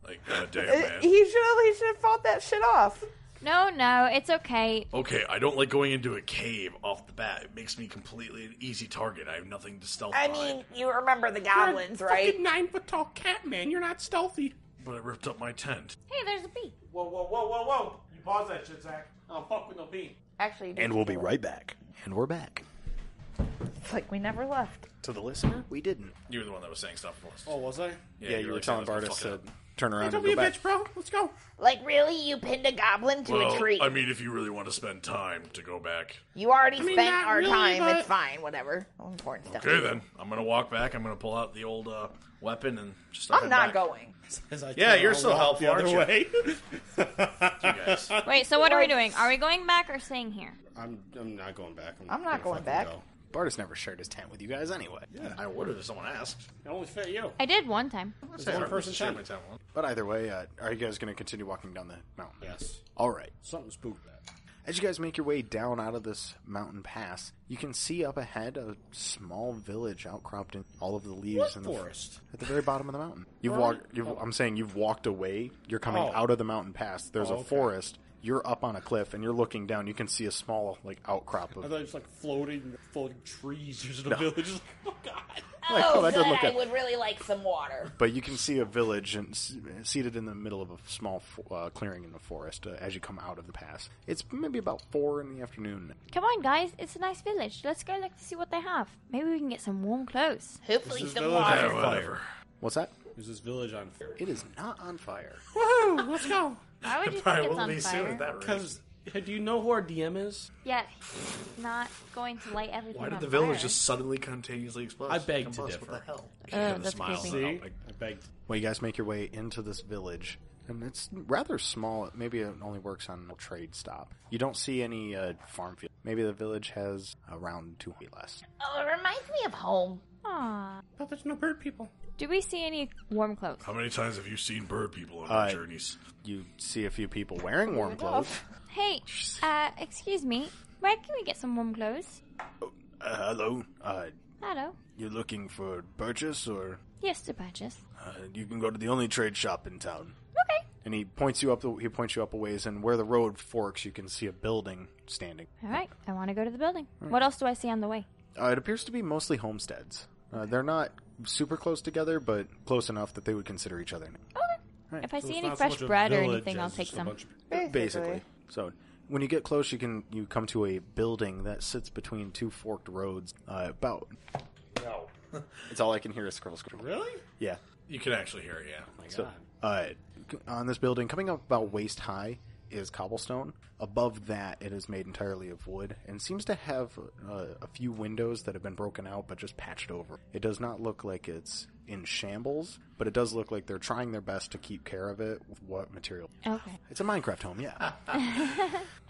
S7: Like, god damn,
S8: he
S7: man.
S8: should he should have fought that shit off.
S6: No, no, it's okay.
S7: Okay, I don't like going into a cave off the bat. It makes me completely an easy target. I have nothing to stealth
S8: I
S7: behind.
S8: mean, you remember the goblins, right?
S5: nine foot tall cat man. You're not stealthy.
S7: But I ripped up my tent.
S6: Hey, there's a bee.
S10: Whoa, whoa, whoa, whoa, whoa! You pause that shit, Zach. I
S5: Oh,
S10: don't fuck with no bean.
S8: Actually,
S3: And we'll be right back. And we're back.
S8: it's like we never left.
S3: To the listener, we didn't.
S7: You were the one that was saying stuff for us.
S5: Oh, was I?
S7: yeah,
S3: Yeah, you were
S7: like saying
S3: telling
S7: I was gonna
S3: Bartis
S7: fuck it
S3: to
S7: up.
S3: turn around
S5: Don't
S3: and
S5: be
S3: go
S5: a
S3: back.
S5: bitch, bro. Let's go.
S8: Like, really, you pinned a goblin to
S7: Well,
S8: a tree?
S7: I mean, if you really want to spend time to go back.
S8: you already
S5: mean,
S8: spent
S5: not
S8: our
S5: really,
S8: time.
S5: but-
S8: It's fine. Whatever. No Important stuff.
S7: Okay, then. I'm going to walk back. I'm going to pull out the old uh, weapon and just.
S8: I'm not
S7: back.
S8: going.
S5: As I
S7: Yeah,
S5: turn
S7: you're
S5: around,
S7: so
S5: walk
S7: helpful,
S5: the other
S7: aren't
S5: way.
S7: You guys.
S6: Wait, so what are we doing? Are we going back or staying here?
S5: I'm, I'm not going back.
S8: I'm not
S5: gonna
S8: going
S5: fucking
S8: back.
S5: go.
S3: Bartis never shared his tent with you guys anyway.
S7: I would have if someone asked.
S5: It only fit you.
S6: I did one time.
S7: It's
S5: one person tent.
S3: But either way, uh, are you guys going to continue walking down the mountain?
S5: Yes.
S3: All right.
S5: Something spooked that.
S3: As you guys make your way down out of this mountain pass, you can see up ahead a small village outcropped in all of the leaves
S5: What
S3: in the
S5: forest?
S3: at the very bottom of the mountain. You've walked. You've, I'm saying you've walked away. You're coming
S5: Oh.
S3: out of the mountain pass. There's
S5: Oh,
S3: a
S5: okay.
S3: forest. You're up on a cliff and you're looking down. You can see a small like outcrop
S5: I
S3: of.
S5: thought it was like floating, floating trees. There's a village. Just, oh god.
S8: Oh,
S3: that doesn't
S8: good.
S3: look
S8: I
S3: good.
S8: would really like some water.
S3: But you can see a village and s- seated in the middle of a small fo- uh, clearing in the forest uh, as you come out of the pass. It's maybe about four in the afternoon.
S6: Come on, guys. It's a nice village. Let's go look to see what they have. Maybe we can get some warm clothes.
S8: Hopefully, some
S5: village
S8: water.
S5: on
S7: Yeah,
S5: fire?
S7: whatever.
S3: What's that?
S5: Is this village on fire?
S3: It is not on fire.
S5: Woohoo! Let's go.
S6: Why would you think
S7: Probably
S6: it's
S7: will
S6: on
S7: be soon
S6: fire?
S7: at that rate.
S5: Because do you know who our DM is?
S6: Yeah, not going to light everything
S7: Why
S6: on
S7: did the village
S6: fire.
S7: just suddenly continuously explode?
S5: I beg to
S7: Combust,
S5: differ.
S7: What the hell?
S6: Ugh, that's creepy.
S5: See, I begged.
S3: Well, you guys make your way into this village, and it's rather small. Maybe it only works on a trade stop. You don't see any uh, farm field. Maybe the village has around 200 less.
S8: Oh, it reminds me of home.
S6: Aw.
S5: But Oh, there's no bird people.
S6: Do we see any warm clothes?
S7: How many times have you seen bird people on
S3: Uh,
S7: their journeys?
S3: You see a few people wearing warm clothes.
S6: Hey, uh, excuse me. Where can we get some warm clothes?
S3: Uh, hello. Uh,
S6: Hello.
S3: you're looking for purchase, or
S6: Yes, to purchase.
S3: uh, you can go to the only trade shop in town.
S6: Okay.
S3: And he points you up. The, he points you up a ways, and where the road forks, you can see a building standing.
S6: All right. I want to go to the building. What else do I see on the way?
S3: Uh, it appears to be mostly homesteads. Uh, they're not super close together, but close enough that they would consider each other.
S6: If I
S5: So
S6: see
S5: it's
S6: any
S5: not so
S6: fresh
S5: much a
S6: bread or
S5: village
S6: anything,
S5: as
S6: I'll
S5: just
S6: take
S5: a
S6: some.
S5: bunch of-
S3: basically. So when you get close, you can you come to a building that sits between two forked roads. Uh, about
S7: No.
S3: it's all I can hear is scribble scribble.
S5: Really?
S3: Yeah.
S7: You can actually hear it, yeah.
S3: So uh, c- on this building, coming up about waist high is cobblestone. Above that, it is made entirely of wood and seems to have uh, a few windows that have been broken out but just patched over. It does not look like it's in shambles, but it does look like they're trying their best to keep care of it with what material.
S6: Okay.
S3: It's a Minecraft home, yeah.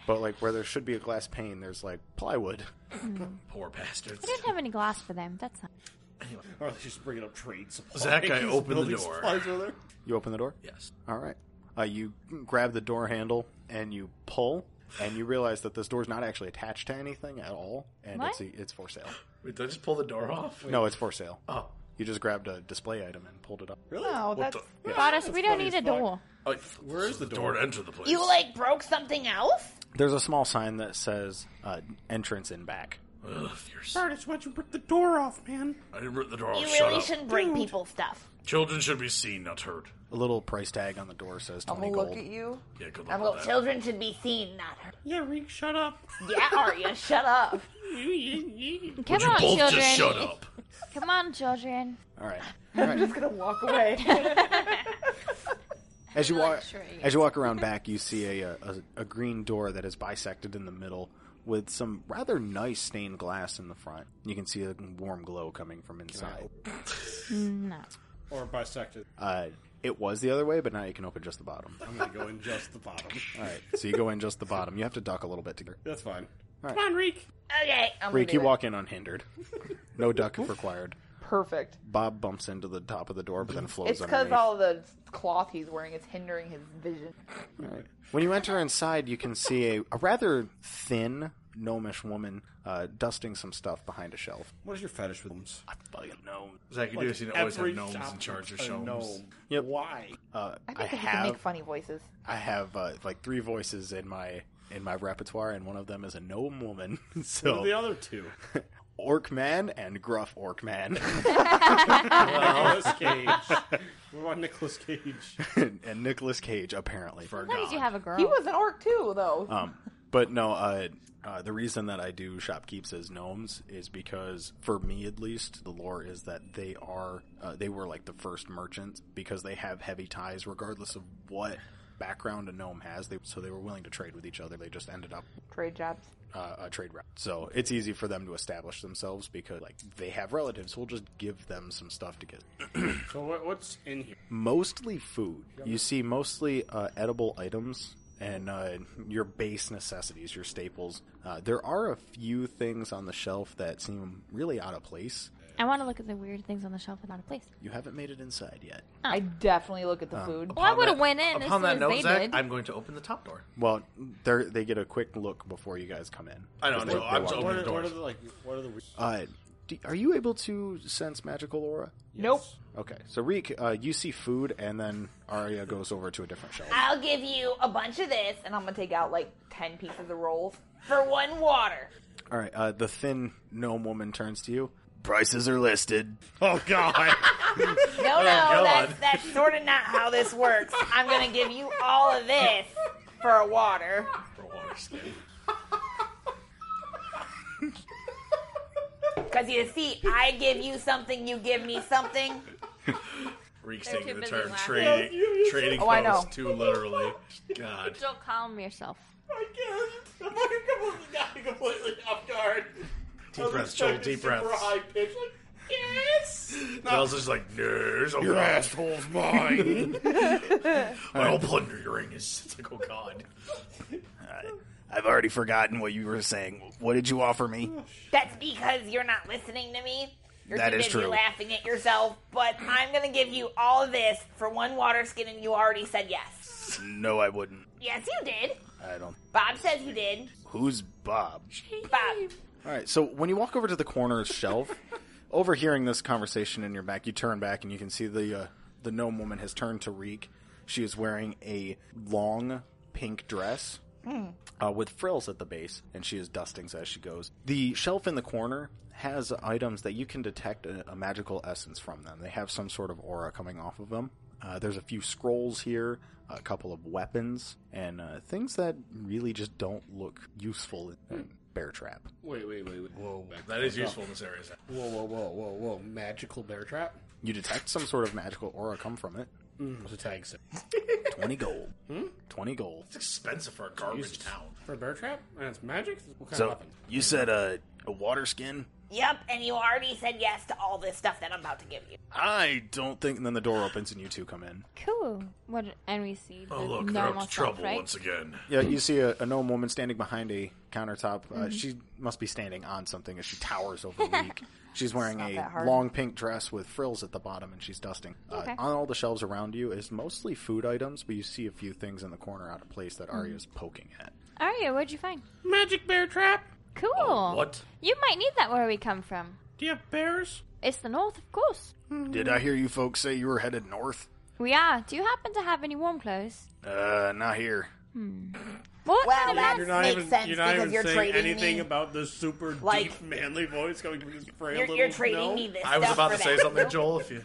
S3: but like where there should be a glass pane, there's like plywood.
S7: Poor bastards.
S6: I don't have any glass for them. That's not.
S5: Or they just bringing up trade supplies.
S7: Zach, I opened the
S5: Building
S7: door.
S5: supplies over there.
S3: You open the door.
S7: Yes.
S3: All right. Uh, you grab the door handle and you pull, and you realize that this door's not actually attached to anything at all, and
S6: What?
S3: it's it's for sale.
S7: Wait, did I just pull the door off?
S3: No, it's for sale.
S7: Oh.
S3: You just grabbed a display item and pulled it up.
S5: Really?
S8: Oh, that's
S7: the-
S6: Brought us. We don't
S5: funny
S6: need
S5: as
S6: a
S5: fuck.
S6: door.
S7: Oh,
S5: Where is
S7: the
S5: the
S7: door
S5: door?
S7: to enter the place.
S8: you like broke something else.
S3: There's a small sign that says uh, "entrance in back."
S7: Ugh, fierce. I
S5: Artist, why'd you rip the door off, man?
S7: didn't rip the door off.
S8: You
S7: Shut
S8: really
S7: up.
S8: shouldn't break people's stuff.
S7: Children should be seen, not heard.
S3: A little price tag on the door says
S6: Oh,
S3: twenty gold.
S8: you.
S7: Yeah, good luck
S8: I'm well,
S7: with that.
S8: children should be seen, not heard.
S5: Yeah, Reek, shut up.
S8: Yeah, Arya, shut up.
S6: Come
S7: You
S6: on,
S7: both
S6: children.
S7: just shut up.
S6: Come on, children.
S3: All right. All right.
S8: gonna walk away.
S3: As you walk,
S6: Luxury.
S3: as you walk around back, you see a, a a green door that is bisected in the middle with some rather nice stained glass in the front. You can see a warm glow coming from inside.
S6: No.
S5: Or bisected.
S3: Uh, it was the other way, but now you can open just the bottom.
S5: I'm gonna go in just the bottom.
S3: All right, so you go in just the bottom. You have to duck a little bit to get.
S5: That's fine.
S3: All
S5: Come
S3: right.
S5: on, Reek.
S8: Okay, I'm
S3: Reek,
S8: gonna
S3: you
S8: do
S3: walk in unhindered. No duck if required.
S8: it. Perfect.
S3: Bob bumps into the top of the door, but then flows
S8: It's because
S3: underneath.
S8: all the cloth he's wearing is hindering his vision.
S3: When you enter inside, you can see a, a rather thin gnomish woman uh, dusting some stuff behind a shelf.
S5: What is your fetish with gnomes?
S3: Fucking gnome.
S7: Zach, you do seem to always have gnomes in charge of shows.
S3: Yep.
S5: Why?
S3: Uh,
S8: I
S3: I,
S8: think he can
S3: have
S8: make funny voices.
S3: I have uh, like three voices in my in my repertoire, and one of them is a gnome woman.
S5: What are the
S3: so
S5: other two?
S3: orc man and gruff orc man,
S5: Nicholas Cage. What about Nicholas Cage?
S3: and Nicolas Cage apparently.
S6: As long as you have a girl.
S8: He was an orc too, though.
S5: Oh.
S3: Um, but no, uh, uh, the reason that I do shopkeeps as gnomes is because, for me at least, the lore is that they are uh, they were like the first merchants because they have heavy ties, regardless of what background a gnome has. They so they were willing to trade with each other. They just ended up
S8: Trade jobs.
S3: uh, a trade route. So it's easy for them to establish themselves because like they have relatives. We'll just give them some stuff to get.
S5: So what, what's in here?
S3: Mostly food. You see mostly uh, edible items and uh, your base necessities, your staples. Uh, there are a few things on the shelf that seem really out of place.
S6: I want to look at the weird things on the shelf and out of place.
S3: You haven't made it inside yet.
S8: I definitely look at
S5: Oh.
S8: the food.
S6: Well, I would have
S1: that-
S6: went in as
S1: Upon
S6: soon
S1: that
S6: as
S1: note,
S6: they
S1: Zach,
S6: did.
S1: I'm going to open the top door.
S3: Well, they they get a quick look before you guys come in.
S7: I don't
S3: They-
S7: know.
S3: they
S7: I'm
S3: walk
S7: so-
S3: in.
S5: What
S7: Open
S5: are,
S7: the
S5: what
S7: doors.
S5: are the like? What are the?
S3: Uh, do, are you able to sense magical aura?
S8: Nope.
S3: Okay, so Reek, uh, you see food, and then Arya goes over to a different shelf.
S8: I'll give you a bunch of this, and I'm gonna take out like ten pieces of rolls for one water.
S3: All right. Uh, the thin gnome woman turns to you. Prices are listed.
S7: Oh God!
S8: No, no,
S1: God.
S8: that's, that's sort of not how this works. I'm gonna give you all of this for a water. Because you see, I give you something, you give me something.
S7: Reek's
S6: They're too
S7: taking the
S6: busy
S7: term
S6: laughing.
S7: trading, trading
S8: Oh, I know.
S7: posts too literally. God.
S6: Don't calm yourself.
S10: I can't. I'm fucking completely, got me completely off guard.
S7: Deep breaths, Joel. Deep breaths.
S10: high pitch. Like, yes.
S7: Mel's just like, no, there's a your asshole's mine. I'll plunder Uranus. It's like, oh God.
S3: I've already forgotten what you were saying. What did you offer me?
S8: That's because you're not listening to me. You're
S3: That
S8: too
S3: is
S8: busy
S3: true.
S8: laughing at yourself. But I'm gonna give you all of this for one water skin, and you already said yes.
S3: No, I wouldn't.
S8: Yes, you did.
S3: I don't.
S8: Bob says you did.
S3: Who's Bob?
S8: Bob.
S3: All right. So when you walk over to the corner shelf, overhearing this conversation in your back, you turn back and you can see the uh, the gnome woman has turned to Reek. She is wearing a long pink dress uh, with frills at the base, and she is dusting as she goes. The shelf in the corner has items that you can detect a, a magical essence from them. They have some sort of aura coming off of them. Uh, there's a few scrolls here, a couple of weapons, and uh, things that really just don't look useful in, in Bear Trap.
S5: Wait, wait, wait, wait. Whoa,
S7: That is useful in this area. Zach.
S5: Whoa, whoa, whoa, whoa, whoa! Magical bear trap.
S3: You detect some sort of magical aura come from it.
S5: What's Hmm, a tag say?
S3: 20 gold. 20 gold.
S7: It's expensive for a garbage town.
S5: For a bear trap? And it's magic? What kind of
S3: So
S5: weapon?
S3: you said a, a water skin?
S8: Yep, and you already said yes to all this stuff that I'm about to give you.
S3: I don't think. And then the door opens and you two come in.
S6: Cool. What? And we see the
S7: Oh look, they're
S6: normal
S7: up to
S6: stuff,
S7: trouble
S6: right?
S7: once again.
S3: Yeah, you see a, a gnome woman standing behind a countertop.
S8: Mm-hmm.
S3: Uh, she must be standing on something as she towers over Reek. She's wearing
S8: not that
S3: a
S8: hard.
S3: long pink dress with frills at the bottom, and she's dusting. Uh,
S6: Okay.
S3: On all the shelves around you is mostly food items, but you see a few things in the corner out of place that Arya's
S8: Mm-hmm.
S3: poking at.
S6: Arya, Oh, what'd you find?
S5: Magic bear trap?
S6: Cool.
S7: Oh, What?
S6: You might need that where we come from.
S5: Do you have bears?
S6: It's the north, of course.
S3: Did I hear you folks say you were headed north?
S6: We are. Do you happen to have any warm clothes?
S3: Uh, not here.
S6: What
S8: Well,
S6: kind of
S8: that-
S6: bag-
S5: You're not
S8: Makes
S5: even,
S8: sense
S5: you're not
S8: because
S5: even
S8: you're
S5: saying
S8: trading
S5: anything
S8: me.
S5: about this super
S8: Like-
S5: deep manly voice coming from this frail
S8: You're,
S5: little
S8: you're trading
S5: gnome.
S8: me this
S7: I was
S8: stuff
S7: about
S8: for
S7: to say
S8: that.
S7: something, Joel. If you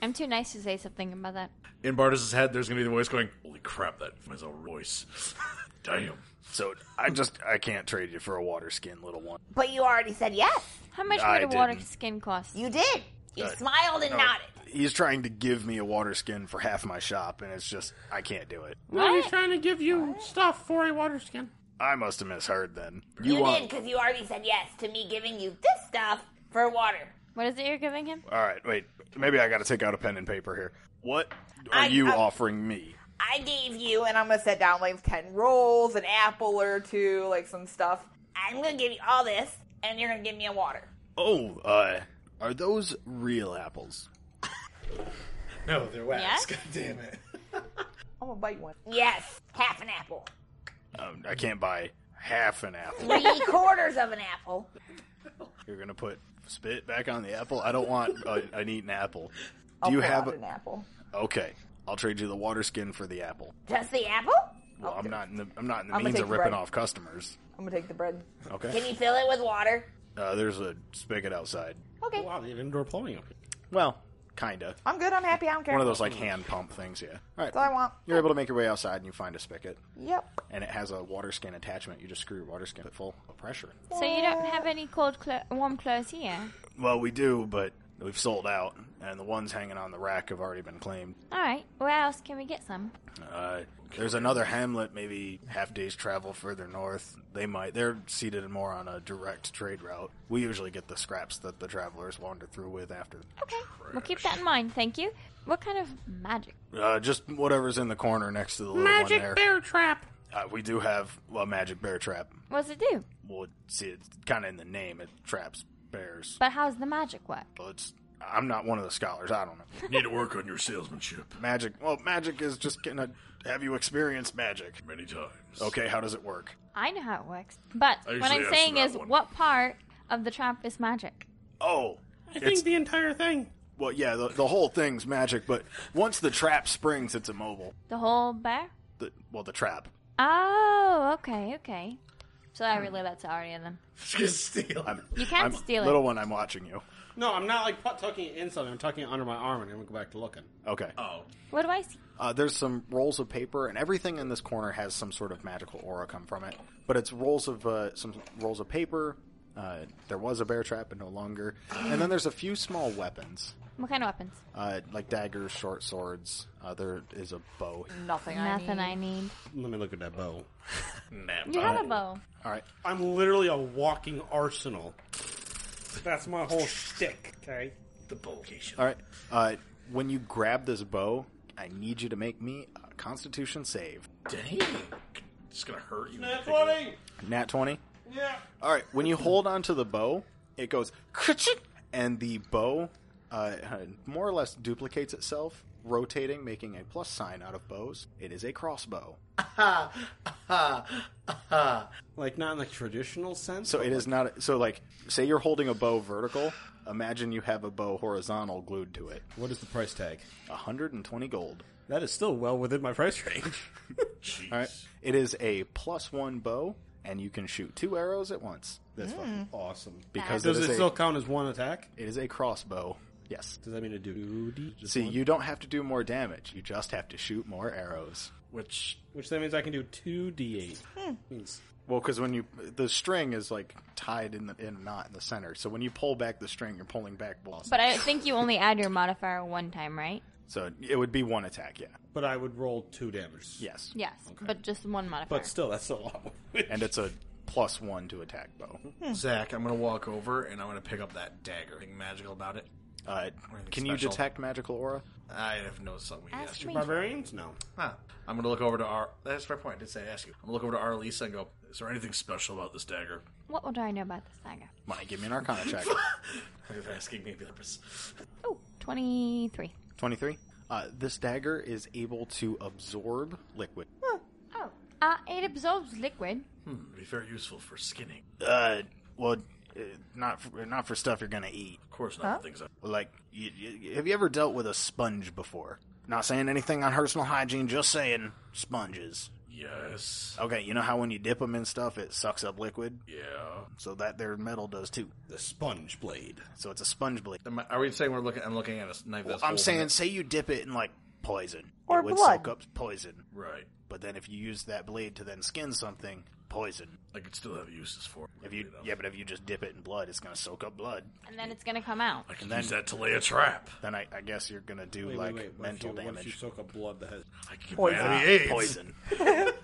S6: I'm too nice to say something about that.
S7: in Bardas' head, there's gonna be the voice going, "Holy crap, that is a voice." Damn.
S3: So I just I can't trade you for a water skin, little one.
S8: But you already said yes.
S6: How much
S3: I
S6: would a water
S3: didn't.
S6: skin cost?
S8: You did. You
S3: Uh,
S8: smiled and nodded.
S3: He's trying to give me a water skin for half my shop, and it's just I can't do it.
S5: No, he's trying to give you stuff for a water skin.
S3: I must have misheard then.
S8: You, did because you already said yes to me giving you this stuff for water.
S6: What is it you're giving him?
S3: All right, wait. Maybe I got to take out a pen and paper here. What are
S8: I-
S3: you
S8: I-
S3: offering me?
S8: I gave you, and I'm gonna set down like ten rolls, an apple or two, like some stuff. I'm gonna give you all this, and you're gonna give me a water.
S3: Oh, uh, are those real apples?
S1: No, they're wax.
S4: Yeah?
S1: God damn it.
S8: I'm gonna bite one. Yes, half an apple.
S3: Um, I can't buy half an apple.
S8: Three quarters of an apple.
S3: You're gonna put spit back on the apple. I don't want a, an eaten apple. Do
S8: I'll
S3: you
S8: pull
S3: have?
S8: out an
S3: A,
S8: apple?
S3: okay, I'll trade you the water skin for the apple.
S8: Just the apple?
S3: Well, I'm not in the I'm not in the
S8: I'm gonna
S3: means
S8: take
S3: of
S8: the
S3: ripping
S8: bread.
S3: off customers.
S8: I'm gonna take the bread. Can
S3: Okay,
S8: you fill it with water?
S3: uh, there's a spigot outside.
S8: Okay,
S5: Wow, they have indoor plumbing up here.
S3: Well, kinda.
S8: I'm good. I'm happy. I don't care.
S3: One of those like hand pump things. Yeah. All right.
S8: That's all I want.
S3: You're able to make your way outside and you find a spigot,
S8: Yep.
S3: and it has a water skin attachment. You just screw your water skin full of pressure.
S6: So you don't have any cold, clo- warm clothes here.
S3: Well, we do, but we've sold out, and the ones hanging on the rack have already been claimed.
S6: All right, where else can we get some?
S3: Uh, there's another hamlet, maybe half day's travel further north. They might they're seated more on a direct trade route. We usually get the scraps that the travelers wander through with after.
S6: Okay, we'll keep that in mind. Thank you. What kind of magic?
S3: Uh, just whatever's in the corner next to the little magic one there. bear trap. Uh, we do have a magic bear trap.
S6: What's it do?
S3: Well, see, it's kind of in the name. It traps bears.
S6: But how's the magic work?
S3: Well, it's I'm not one of the scholars. I don't know.
S7: You need to work on your salesmanship
S3: Magic. Well, magic is just gonna have you experience magic.
S7: many times.
S3: Okay, how does it work?
S6: I know how it works, but what
S7: usually
S6: I'm
S7: answer
S6: saying
S7: that
S6: is,
S7: one.
S6: what part of the trap is magic?
S3: Oh,
S5: I think the entire thing.
S3: well, yeah, the, the whole thing's magic, but once the trap springs, it's immobile.
S6: The whole bear?
S3: The, well, the trap.
S6: Oh, okay, okay. So I relay that to Arya then.
S1: Just gonna steal.
S3: I'm,
S6: You can
S3: I'm-
S6: steal it.
S3: Little one, I'm watching you.
S5: No, I'm not like pu- tucking it in something. I'm tucking it under my arm, and I'm gonna go back to looking.
S3: Okay.
S7: Oh.
S6: What do I see?
S3: Uh, there's some rolls of paper, and everything in this corner has some sort of magical aura come from it. But it's rolls of uh, some rolls of paper. Uh, there was a bear trap, but no longer. And then there's a few small weapons,
S6: What kind of weapons?
S3: uh, like daggers, short swords. Uh, there is a bow.
S4: Nothing.
S6: Nothing I need.
S5: Let me look at that bow.
S6: You have a bow.
S3: All right.
S5: I'm literally a walking arsenal. That's my whole shtick. Okay.
S1: The vocation.
S3: All right. Uh, when you grab this bow, I need you to make me a Constitution save.
S7: Oh,
S1: Dang. It's gonna hurt you.
S10: Nat 20!
S3: Nat twenty.
S10: Yeah.
S3: All right. When you hold onto the bow, it goes ka-ching, and the bow uh, more or less duplicates itself, rotating, making a plus sign out of bows. It is a crossbow,
S5: Like not in the traditional sense.
S3: so it is not. So, like, say you're holding a bow vertical. Imagine you have a bow horizontal glued to it.
S5: What is the price tag?
S3: 120 gold.
S5: That is still well within my price range.
S3: All right. It is a plus one bow, and you can shoot two arrows at once
S5: That's fucking awesome.
S3: because
S5: Does
S3: it is
S5: it
S3: a,
S5: still count as one attack?
S3: it is a crossbow. Yes.
S5: Does that mean a duty?
S3: See, you don't have to do more damage. You just have to shoot more arrows.
S1: Which
S5: Which that means I can do two d8. Means
S3: Well, because when you the string is like tied in the in a knot in the center, so when you pull back the string, you're pulling back balls.
S6: But I think you only add your modifier one time, right?
S3: so it would be one attack, yeah,
S5: but I would roll two damage.
S3: yes,
S6: Yes, but just one modifier.
S5: But still, that's a lot.
S3: and it's a plus one to attack bow.
S6: Hmm.
S1: Zach, I'm gonna walk over and I'm gonna pick up that dagger. Anything magical about it?
S3: Uh,
S1: Anything
S3: can you
S1: special?
S3: detect magical aura?
S1: I have no something we asked
S6: Ask
S1: you.
S6: me.
S5: Barbarians? No.
S1: Huh. I'm gonna look over to our. That's my point. I did say I asked you. I'm gonna look over to our Lisa and go.
S7: Is there anything special about this dagger?
S6: What would I know about this saga?
S3: Money, give me an arcana check.
S1: If asking me purpose.
S6: Oh, 23.
S3: Twenty three. Uh, this dagger is able to absorb liquid.
S6: Oh. Uh, it absorbs liquid.
S7: It'd be very useful for skinning.
S3: Uh, well, uh, not for, not for stuff you're gonna eat.
S7: Of course, not the things I.
S3: Like, you, you, have you ever dealt with a sponge before? Not saying anything on personal hygiene, just saying sponges.
S7: Yes.
S3: Okay, you know how when you dip them in stuff, it sucks up liquid?
S7: Yeah.
S3: So that their metal does too.
S5: The sponge blade.
S3: So it's a sponge blade.
S1: Am I- Are we saying we're looking? I'm looking at a knife. That's
S3: I'm
S1: holding
S3: saying,
S1: it?
S3: say you dip it in like poison.
S8: Or
S3: it would
S8: blood.
S3: soak up poison.
S7: Right.
S3: But then if you use that blade to then skin something, poison.
S7: I could still have uses for it.
S3: If you yeah, but if you just dip it in blood, it's gonna soak up blood.
S6: And then it's gonna come out.
S7: I can use that to lay a trap.
S3: Then I, I guess you're gonna do
S5: Wait,
S3: like
S5: wait, wait. What if
S3: mental
S5: you, What if you
S3: damage.
S5: soak up blood that has.
S7: I can give my enemy
S3: Ah,
S7: AIDS.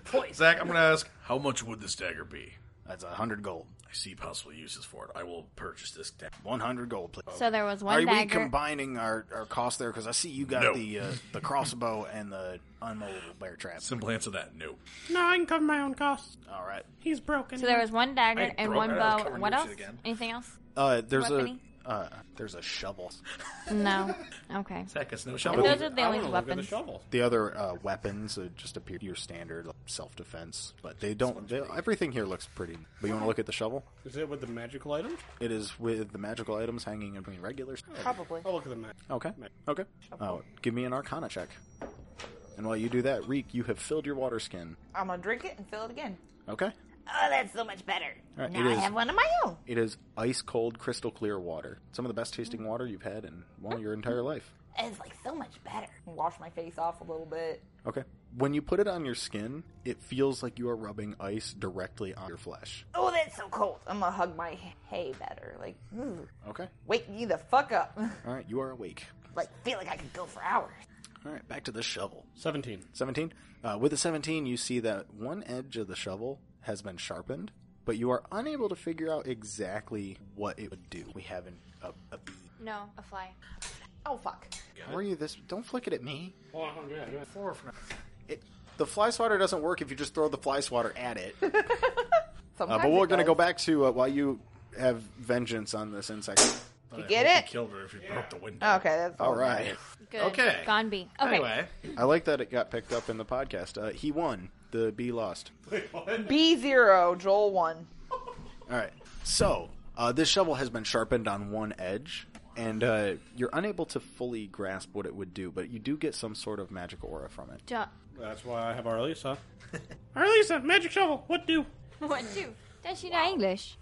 S3: poison.
S1: Zach, I'm gonna ask.
S7: How much would this dagger be?
S3: That's a hundred gold.
S7: I see possible uses for it. I will purchase this down.
S3: One hundred gold, please.
S6: So there was
S3: Are
S6: one
S3: we
S6: dagger.
S3: combining our, our cost there? Because I see you got
S7: No.
S3: the uh, the crossbow and the unmovable bear trap.
S7: Simple answer to that, no.
S11: No, I can cover my own costs.
S3: All right.
S11: He's broken.
S6: so there was one dagger and
S7: broke
S6: one
S7: it. I was
S6: bow.
S7: covering
S6: What
S7: your
S6: else?
S7: shit again.
S6: Anything else?
S3: Uh, there's
S6: Weapony?
S3: a uh, there's a shovel.
S6: No. Okay.
S7: Seconds, no
S6: And
S7: shovel.
S6: those are the
S5: I
S6: only
S5: want to look at the
S6: weapons.
S5: shovel.
S3: The other uh, weapons uh, just appear your standard self defense, but they don't. They, everything here looks pretty. But you want to look at the shovel?
S5: Is it with the magical item?
S3: It is with the magical items hanging in between regulars.
S8: Probably.
S5: I'll look at the map.
S3: Okay. Okay. Oh, give me an Arcana check. And while you do that, Reek, you have filled your water skin.
S8: I'm gonna drink it and fill it again.
S3: Okay.
S8: Oh, that's so much better.
S3: All right,
S8: now
S3: it
S8: I
S3: is.
S8: have one of my own.
S3: It is ice cold, crystal clear water. Some of the best
S8: Mm.
S3: tasting water you've had in well your entire life.
S8: It's like so much better. Wash my face off a little bit.
S3: Okay. When you put it on your skin, it feels like you are rubbing ice directly on your flesh.
S8: Oh, that's so cold. I'm gonna hug my hay better. Like, ooh,
S3: Okay.
S8: wake me the fuck up.
S3: All right. You are awake.
S8: like, feel like I could go for hours.
S3: All right. Back to the shovel.
S5: 17.
S3: 17. Uh, with the 17, you see that one edge of the shovel has been sharpened, but you are unable to figure out exactly what it would do. We haven't. A, a bee.
S6: No, a fly.
S8: Oh fuck.
S3: How are you this? Don't flick it at me.
S5: Oh, yeah, yeah.
S1: Four from now.
S3: It, the fly swatter doesn't work if you just throw the fly swatter at it. Uh,
S8: Sometimes
S3: but we're
S8: it
S3: going to go
S8: does.
S3: back to uh, why you have vengeance on this insect.
S8: You get it? Oh,
S7: Killed her if you broke the window.
S8: Okay, that's
S3: All right.
S6: Good.
S7: Okay.
S6: Gone be. Okay.
S7: Anyway,
S3: I like that it got picked up in the podcast. Uh, he won. The bee lost.
S8: B zero, Joel one.
S3: All right. So uh, this shovel has been sharpened on one edge, and uh, you're unable to fully grasp what it would do, but you do get some sort of magic aura from it.
S6: Jo-
S5: That's why I have our Lisa.
S11: Arlisa, magic shovel. What do?
S6: what do? Does she know English?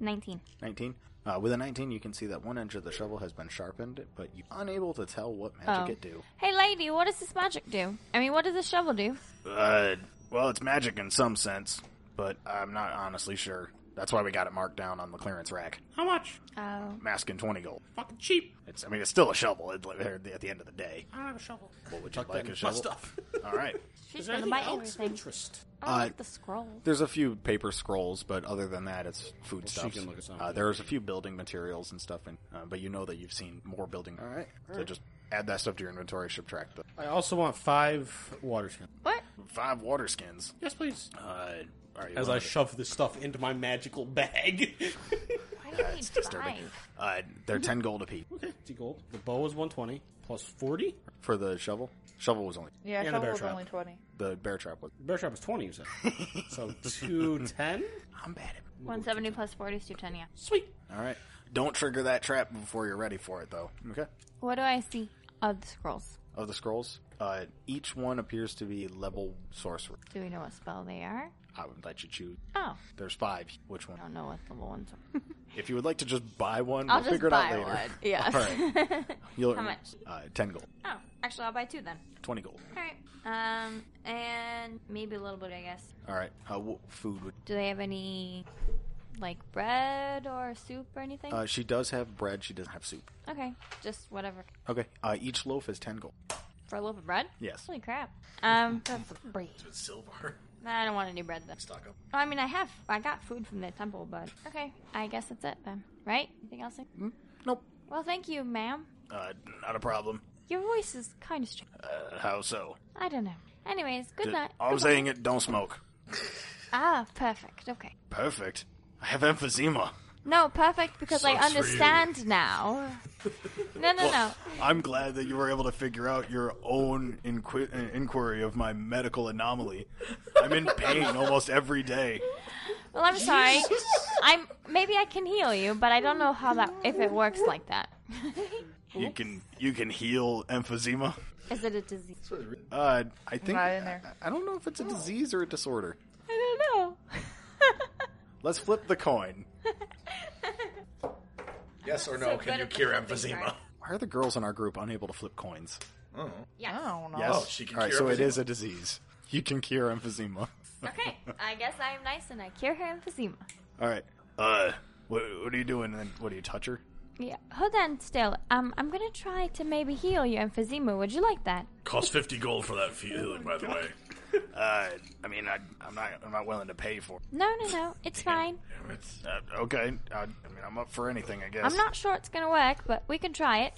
S6: 19.
S3: 19. Uh, with a 19, you can see that one edge of the shovel has been sharpened, but you're unable to tell what magic
S6: Oh.
S3: it do.
S6: Hey, lady, what does this magic do? I mean, what does this shovel do?
S3: Uh, well, it's magic in some sense, but I'm not honestly sure. That's why we got it marked down on the clearance rack.
S11: How much?
S6: Oh.
S3: Mask in 20 gold.
S11: Fucking cheap.
S3: It's, I mean, it's still a shovel at, at the end of the day.
S11: I don't have a shovel.
S3: What would you like a shovel?
S5: stuff.
S3: All right.
S6: She's going to buy everything.
S5: Interest.
S6: I don't
S3: Uh,
S6: like the scroll.
S3: There's a few paper scrolls, but other than that, it's food stuff.
S5: can look at some.
S3: Uh, there's a few building materials and stuff, and uh, but you know that you've seen more building. All right, so just add that stuff to your inventory, subtract the
S5: I also want five water skins.
S6: What?
S3: five water skins.
S5: Yes, please.
S3: Uh, are you
S5: As
S3: one
S5: I
S3: of the-
S5: shove this stuff into my magical bag.
S6: Why do you need
S3: disturbing. Uh,
S6: five?
S3: they're ten gold apiece
S5: okay, 50 gold. The bow is 120 plus 40.
S3: for the shovel. Shovel was only
S8: Yeah,
S5: And a bear
S8: shovel was
S5: trap.
S8: only twenty.
S3: the bear trap was.
S5: Bear trap is 20, you said. so 210.
S3: I'm bad at.
S6: 170 plus 40 is 210, yeah.
S5: Sweet.
S3: All right, don't trigger that trap before you're ready for it, though. Okay.
S6: What do I see? Of the scrolls.
S3: Of the scrolls, uh, each one appears to be level sorcerer.
S6: Do we know what spell they are?
S3: I would let you choose.
S6: Oh.
S3: There's five. Which one?
S6: I don't know what level ones are.
S3: If you would like to just buy one,
S6: I'll
S3: we'll
S6: just
S3: figure it out
S6: buy
S3: later.
S6: one. Yes.
S3: All right. You'll,
S6: How much?
S3: Uh, 10 gold.
S6: oh, actually, I'll buy two then.
S3: 20 gold.
S6: All right. Um, and maybe a little bit, I guess.
S3: All right. Uh, what food would.
S6: Do they have any, like, bread or soup or anything?
S3: Uh, she does have bread. She doesn't have soup.
S6: okay, just whatever.
S3: Okay. Uh, each loaf is 10 gold.
S6: For a loaf of bread?
S3: Yes.
S6: Holy crap. Um,
S7: It's Silvar.
S6: I don't want any bread then.
S7: Stock up.
S6: Oh, I mean, I have, I got food from the temple, but okay, I guess that's it then. Right? Anything else?
S3: Mm-hmm. Nope.
S6: Well, thank you, ma'am.
S3: Uh, not a problem.
S6: Your voice is kind of strange.
S3: Uh, how so?
S6: I don't know. Anyways, good
S3: D-
S6: night.
S3: I'm
S6: Goodbye.
S3: saying it don't smoke.
S6: Ah, perfect. Okay.
S3: Perfect. I have emphysema.
S6: No, perfect because I understand now. No, no, no.
S3: I'm glad that you were able to figure out your own inqui- uh, inquiry of my medical anomaly. I'm in pain almost every day.
S6: Well, I'm sorry. I'm maybe I can heal you, but I don't know how that if it works like that.
S3: You can you can heal emphysema.
S6: Is it a disease?
S3: Uh, I think
S8: Right in there.
S3: I, I don't know if it's a disease or a disorder.
S6: I don't know.
S3: Let's flip the coin.
S7: Yes or
S6: so
S7: no?
S6: good
S7: Can you
S6: at
S7: cure
S6: this thing,
S7: emphysema?
S6: right?
S3: Why are the girls in our group unable to flip coins?
S8: I don't know.
S3: Yes.
S7: Oh, she can
S3: All right,
S7: cure
S3: so it
S7: emphysema.
S3: is a disease. You can cure emphysema.
S6: Okay, I guess I am nice and I cure her emphysema.
S3: All right. Uh, what, what are you doing? And what do you touch her?
S6: Yeah, hold on still. Um, I'm gonna try to maybe heal your emphysema. Would you like that?
S7: Oh Cost 50 gold for that healing, by the way.
S3: Uh, I mean, I, I'm not. I'm not willing to pay for. it.
S6: No, no, no. It's fine.
S3: Uh, okay. I, I mean, I'm up for anything. I guess.
S6: I'm not sure it's gonna work, but we can try it.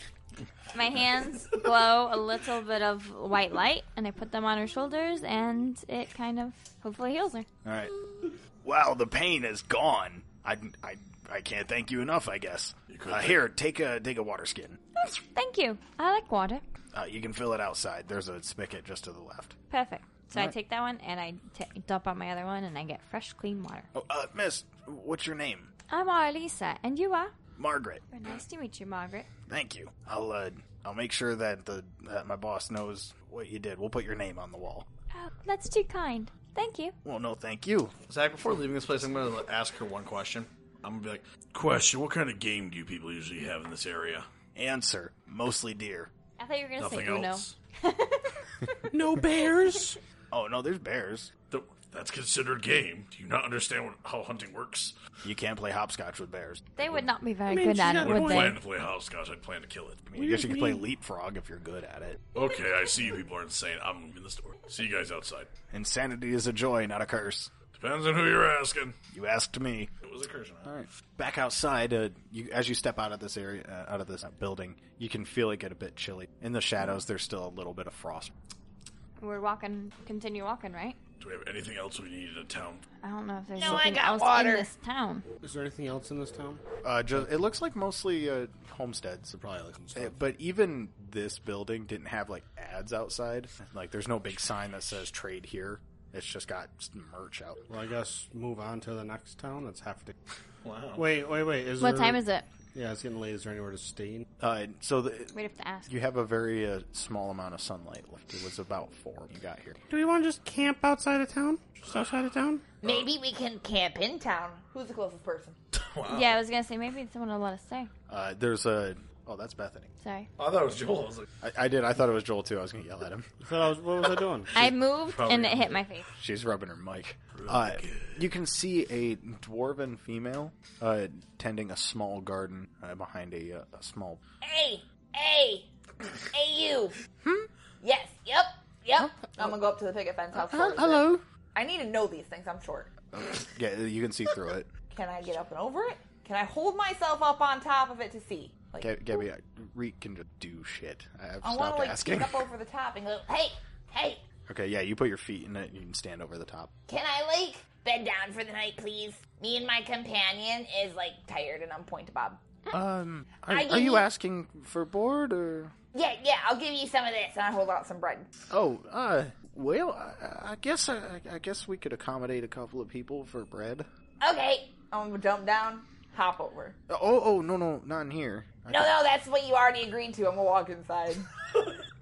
S6: My hands glow a little bit of white light, and I put them on her shoulders, and it kind of hopefully heals her.
S3: All right. Wow, the pain is gone. I, I, I can't thank you enough. I guess.
S6: could
S3: Uh,
S6: thank-
S3: here, take a take a water skin.
S6: Thank you. I like water.
S3: Uh, you can fill it outside. There's a spigot just to the left.
S6: Perfect. So I
S3: Alright.
S6: take that one and I t- dump on my other one, and I get fresh, clean water.
S3: Oh, uh, Miss, what's your name?
S6: I'm Arlisa, and you are?
S3: Margaret.
S6: Well, nice to meet you, Margaret.
S3: Thank you. I'll uh, I'll make sure that the that my boss knows what you did. We'll put your name on the wall.
S6: Oh, that's too kind. Thank you.
S3: Well, no, thank you.
S1: Zach, before leaving this place, I'm going to ask her one question. I'm going to be like,
S7: Question: What kind of game do you people usually have in this area?
S3: Answer: Mostly deer.
S6: I thought you were gonna say
S7: Nothing
S6: Uno.
S7: else.
S5: no bears.
S3: Oh no, there's bears.
S7: That's considered game. Do you not understand what, how hunting works?
S3: You can't play hopscotch with bears.
S6: They would not be very
S7: I mean,
S6: good
S7: she's
S6: at
S7: got
S6: it,
S7: a
S6: would
S7: point.
S6: they?
S7: Plan to play hopscotch, I'd plan to kill it.
S3: I mean, I guess you can play leapfrog if you're good at it.
S7: Okay, I see you people are insane. I'm leaving this door. See you guys outside.
S3: Insanity is a joy, not a curse.
S7: Depends on who you're asking.
S3: You asked me.
S7: It was a curse.
S3: All right. Back outside, uh, you, as you step out of this area, uh, out of this uh, building, you can feel it get a bit chilly. In the shadows, there's still a little bit of frost.
S6: We're walking, continue walking, right?
S7: Do we have anything else we need in town?
S6: I don't know if there's
S8: No, I
S6: anything
S8: got
S6: else
S8: water.
S6: in this town.
S5: Is there anything else in this town?
S3: Uh, just, it looks like mostly uh, homesteads.
S5: Probably like some
S3: Uh,
S5: stuff.
S3: But even this building didn't have like ads outside. Like, there's no big sign that says "trade here." It's just got merch out.
S5: Well, I guess move on to the next town. That's half day.
S1: wow.
S5: Wait, wait, wait. Is
S6: What
S5: there-
S6: time is it?
S5: Yeah, it's getting late. Is there anywhere to stay? in?
S3: Uh, so the,
S6: We'd have to ask.
S3: you have a very uh, small amount of sunlight left. It was about four when you got here.
S11: Do we want to just camp outside of town? Just outside of town?
S8: Maybe we can camp in town. Who's the closest person?
S6: Yeah, I was gonna say maybe someone will let us stay.
S3: Uh, there's a oh, that's Bethany.
S6: Sorry.
S7: Oh,
S1: I thought it was Joel. I was like,
S3: I, I did. I thought it was Joel too. I was gonna yell at him.
S5: I thought I was, what was I doing?
S6: I moved
S1: probably
S6: and it
S1: gonna
S6: hit my face.
S3: She's rubbing her mic. Uh, you can see a dwarven female uh, tending a small garden uh, behind a, uh, a small.
S8: Hey, hey, hey, you. Hmm? Yes, yep, yep. I'm gonna go up to the picket fence. How short is it? I need to know these things. I'm short.
S3: Yeah, you can see through it.
S8: Can I get up and over it? Can I hold myself up on top of it to see? Like,
S3: Gab- Gabby, I- Reek can just do shit. I've
S8: I want
S3: stopped
S8: to like
S3: asking.
S8: get up over the top and go, hey, hey,
S3: Okay, yeah, you put your feet in it. You can stand over the top.
S8: can I like bed down for the night, please? Me and my companion is like tired and I'm point to Bob.
S3: Um, are,
S8: I
S3: are you
S8: didn't-
S3: asking for board or?
S8: Yeah, yeah, I'll give you some of this and I hold out some bread.
S3: Oh, uh, well, I, I guess I, I guess we could accommodate a couple of people for bread.
S8: Okay, I'm gonna jump down, hop over.
S3: Oh, oh, no, no, not in here. I
S8: No, no, that's what you already agreed to. I'm gonna walk inside.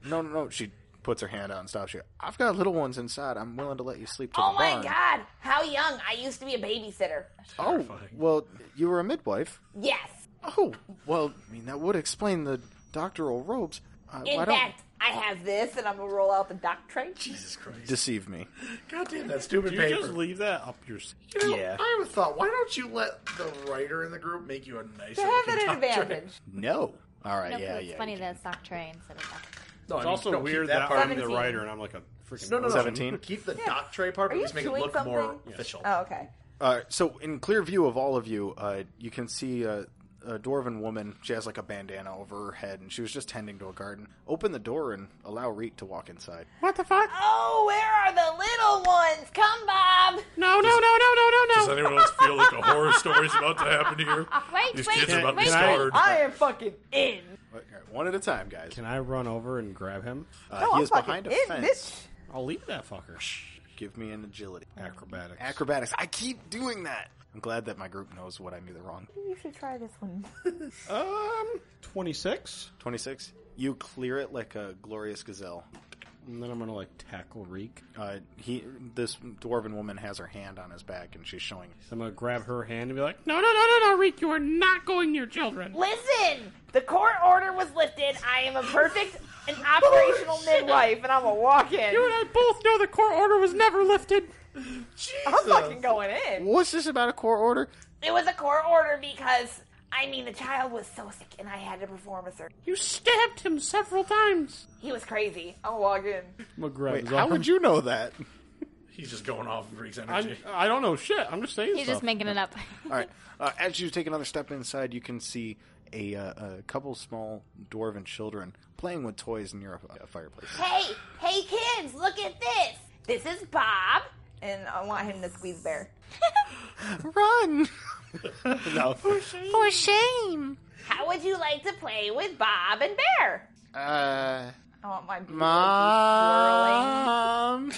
S3: No, no, no. She puts her hand out and stops you. I've got little ones inside. I'm willing to let you sleep. To
S8: oh
S3: the
S8: my
S3: barn.
S8: god, how young! I used to be a babysitter.
S3: Oh, well, you were a midwife.
S8: Yes.
S3: Oh, well, I mean that would explain the doctoral robes. Uh,
S8: In
S3: why
S8: fact, I have this and I'm gonna roll out the doctrine.
S1: Jesus Christ.
S3: don't deceive me?
S1: God damn that stupid
S5: You
S1: paper.
S5: just leave that up your. s-
S1: You know,
S3: Yeah.
S1: I have a thought. Why don't you let the writer in the group make you a nice
S8: To have
S1: looking
S8: it an
S1: doctor?
S8: advantage.
S3: No. All right.
S6: No, 'cause
S3: yeah.
S6: it's
S3: yeah.
S6: funny that it's Doc Trey instead of Doc.
S1: No, I
S5: It's
S1: mean,
S5: also
S1: no, keep
S5: weird that,
S1: that part.
S5: I'm the
S8: 17.
S5: writer and I'm like a freaking.
S1: No, no, no.
S3: 17?
S1: Keep the doc tray part, but
S8: you
S1: just make it
S8: chewing
S1: look more
S8: something?
S1: official.
S8: Oh, okay.
S3: Uh, so, in clear view of all of you, uh, you can see a, a dwarven woman. She has like a bandana over her head, and she was just tending to a garden. Open the door and allow Reek to walk inside.
S11: What the fuck?
S8: Oh, where are the little ones? Come, Bob.
S11: No, no, no, no, no, no,
S7: Does
S11: no.
S7: anyone else feel like a horror story's about to happen here?
S6: Wait,
S7: These
S6: wait,
S7: kids are about
S6: wait,
S7: to
S5: I-
S7: start.
S8: I am fucking in.
S3: All right, One at a time, guys.
S5: Can I run over and grab him?
S3: Uh,
S8: No,
S3: he
S8: Oh, I'm
S3: is
S8: fucking
S3: behind a
S8: in,
S3: fence.
S8: bitch.
S5: I'll leave that fucker.
S3: Give me an agility.
S5: Acrobatics.
S3: Acrobatics. I keep doing that. I'm glad that my group knows what I knew the wrong.
S8: You should try this one.
S5: um, twenty six.
S3: 26. You clear it like a glorious gazelle.
S5: And then I'm gonna like tackle Reek.
S3: Uh, he, this dwarven woman has her hand on his back and she's showing.
S5: So I'm gonna grab her hand and be like,
S11: No, no, no, no, no, Reek, you are not going near children.
S8: Listen, the court order was lifted. I am a perfect and operational midwife, and I'm gonna walk in.
S11: Oh, You and I both know the court order was never lifted.
S8: I'm fucking going in.
S3: What's this about a court order?
S8: It was a court order because I mean, the child was so sick, and I had to perform a surgery.
S11: You stabbed him several times.
S8: He was crazy. I'll log in.
S5: McGregor.
S3: Wait, how would you know that?
S7: He's just going off of Greek's energy.
S5: I, I don't know shit. I'm just saying.
S6: He's just making it up.
S3: All right. Uh, as you take another step inside, you can see a, uh, a couple small dwarven children playing with toys near a, a fireplace.
S8: Hey, hey, kids, look at this. This is Bob, and I want him to squeeze bear.
S3: Run! no.
S6: For shame.
S8: How would you like to play with Bob and Bear?
S3: Uh,
S8: I want my beautiful
S3: mom.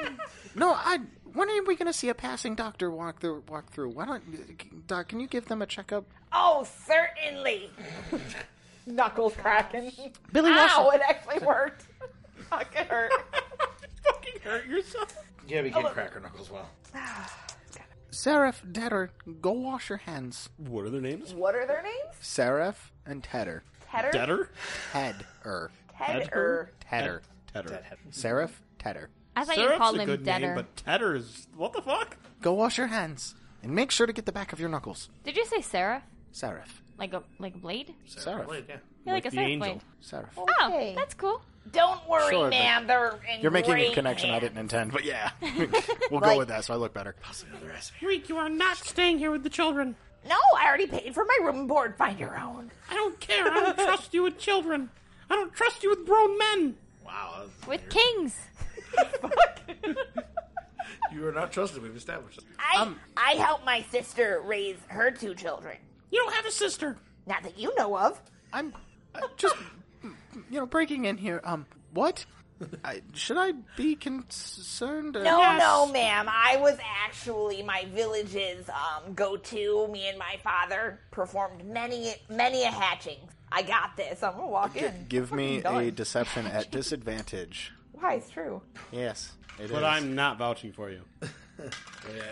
S3: no, I. When are we going to see a passing doctor walk through? Walk through? Why don't Doc? Can you give them a checkup?
S8: Oh, certainly. Knuckles cracking.
S3: Billy
S8: Ow,
S3: Russell.
S8: it actually worked. Fuck, it hurt.
S11: Fucking hurt yourself.
S1: Yeah, we get cracker knuckles well.
S3: Seraph, Tedder, go wash your hands.
S5: What are their names?
S8: What are their names?
S3: Seraph and Tedder.
S8: Tedder?
S5: Deader?
S3: Ted er.
S8: Tedder.
S3: Tedder.
S5: Tedder.
S3: Seraph, Tedder.
S6: I thought you
S5: Syrup's
S6: called
S5: a
S6: him
S5: good
S6: Deader.
S5: name, but Tedder is what the fuck?
S3: Go wash your hands and make sure to get the back of your knuckles.
S6: Did you say Sarah?
S3: Seraph.
S6: Like a like a blade?
S3: Seraph.
S7: Blade, yeah.
S6: Yeah, like,
S5: Like the
S6: a Sarah
S5: angel.
S6: blade.
S3: Seraph.
S6: Oh,
S8: Okay.
S6: that's cool.
S8: Don't worry,
S3: Sure, but-
S8: ma'am. They're in
S3: You're making a
S8: great
S3: connection I
S8: hands.
S3: didn't intend, but yeah. we'll go
S8: Right.
S3: with that so I look better.
S11: Reek, you are not staying here with the children.
S8: No, I already paid for my room and board. Find your own.
S11: I don't care. I don't trust you with children. I don't trust you with grown men.
S7: Wow.
S6: With kings.
S7: You are not trusted. We've established that.
S8: I
S3: Um,
S8: I helped my sister raise her two children.
S11: You don't have a sister.
S8: Not that you know of.
S3: I'm uh, just, you know, breaking in here. Um, what? I, should I be concerned? Uh,
S8: No, no, ma'am. I was actually my village's um, go-to. Me and my father performed many, many a hatching. I got this. I'm gonna walk in.
S3: Give me
S8: Fucking
S3: a
S8: done.
S3: deception at disadvantage.
S8: Why? It's true.
S3: Yes, it is.
S5: But I'm not vouching for you.
S7: Yeah,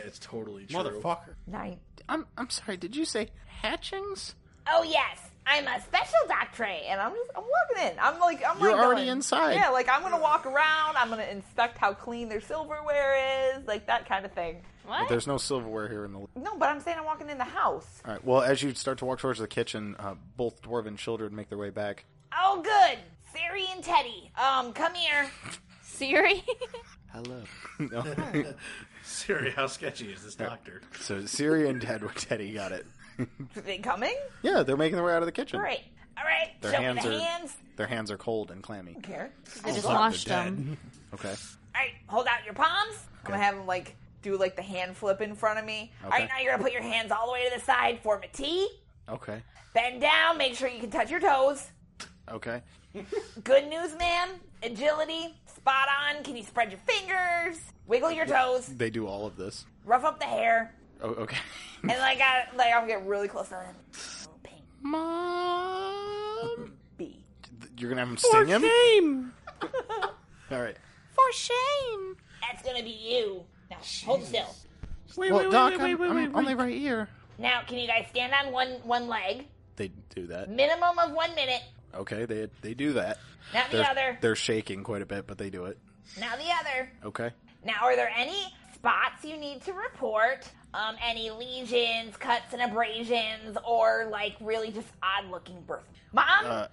S7: it's totally true.
S5: Motherfucker.
S8: Nine.
S3: I'm I'm sorry. Did you say hatchings?
S8: Oh yes, I'm a special doctor, and I'm just I'm walking in. I'm like I'm
S3: You're
S8: like
S3: already
S8: going-
S3: inside.
S8: Yeah, like I'm gonna walk around. I'm gonna inspect how clean their silverware is, like that kind of thing.
S6: What?
S3: There's no silverware here in the.
S8: No, but I'm saying I'm walking in the house.
S3: All right. Well, as you start to walk towards the kitchen, uh, both dwarven children make their way back.
S8: Oh good, Sari and Teddy. Um, come here.
S6: Siri?
S3: Hello. no.
S7: Siri, how sketchy is this doctor?
S3: So Siri and Ted, Teddy got it.
S8: Are they coming?
S3: Yeah, they're making their way out of the kitchen.
S8: All right, all right.
S3: Their
S8: Show
S3: hands
S8: me the
S3: are
S8: hands.
S3: their hands are cold and clammy.
S8: Here.
S6: I just washed them.
S3: Okay.
S8: All right, hold out your palms. I'm gonna have them like do like the hand flip in front of me. All right,
S3: Okay.
S8: now you're gonna put your hands all the way to the side, form a T.
S3: Okay.
S8: Bend down. Make sure you can touch your toes.
S3: Okay.
S8: Good news, ma'am. Agility, spot on. Can you spread your fingers? Wiggle your toes.
S3: They do all of this.
S8: Rough up the hair.
S3: Oh, okay.
S8: And like, I like, I'm getting really close to him. Pink
S11: Mom.
S8: B.
S3: You're gonna have him
S11: For
S3: sting him.
S11: shame.
S3: All right.
S6: For shame.
S8: That's gonna be you. Now hold still.
S11: Wait,
S3: Well,
S11: wait,
S3: Doc,
S11: wait, wait,
S3: I'm,
S11: wait,
S3: I'm
S11: wait,
S3: only
S11: wait.
S3: right here.
S8: Now, can you guys stand on one one leg?
S3: They do that.
S8: Minimum of one minute.
S3: Okay. They they do that.
S8: Not the
S3: They're,
S8: other.
S3: they're shaking quite a bit, but they do it.
S8: Now the other.
S3: Okay.
S8: Now, are there any spots you need to report? Um, any lesions, cuts, and abrasions, or like really just odd-looking birth? Mom,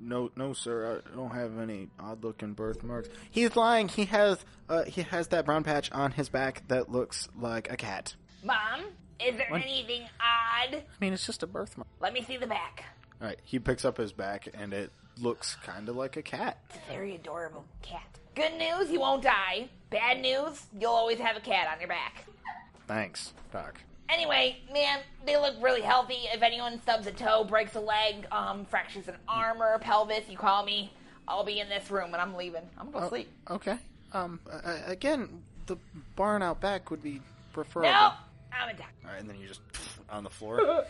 S3: No, no, sir. I don't have any odd-looking birthmarks. He's lying. He has, uh, he has that brown patch on his back that looks like a cat.
S8: mom, is there anything odd?
S3: I mean, it's just a birthmark.
S8: Let me see the back.
S3: All right. He picks up his back, and it looks kind of like a cat.
S8: Very adorable cat. Good news, you won't die. Bad news, you'll always have a cat on your back.
S3: Thanks, Doc.
S8: Anyway, man, they look really healthy. If anyone stubs a toe, breaks a leg, um, fractures an arm or a pelvis, you call me. I'll be in this room and I'm leaving. I'm gonna sleep.
S3: Okay. Um. Uh, again, the barn out back would be preferable.
S8: No, I'm a doctor.
S3: All right, and then you just on the floor.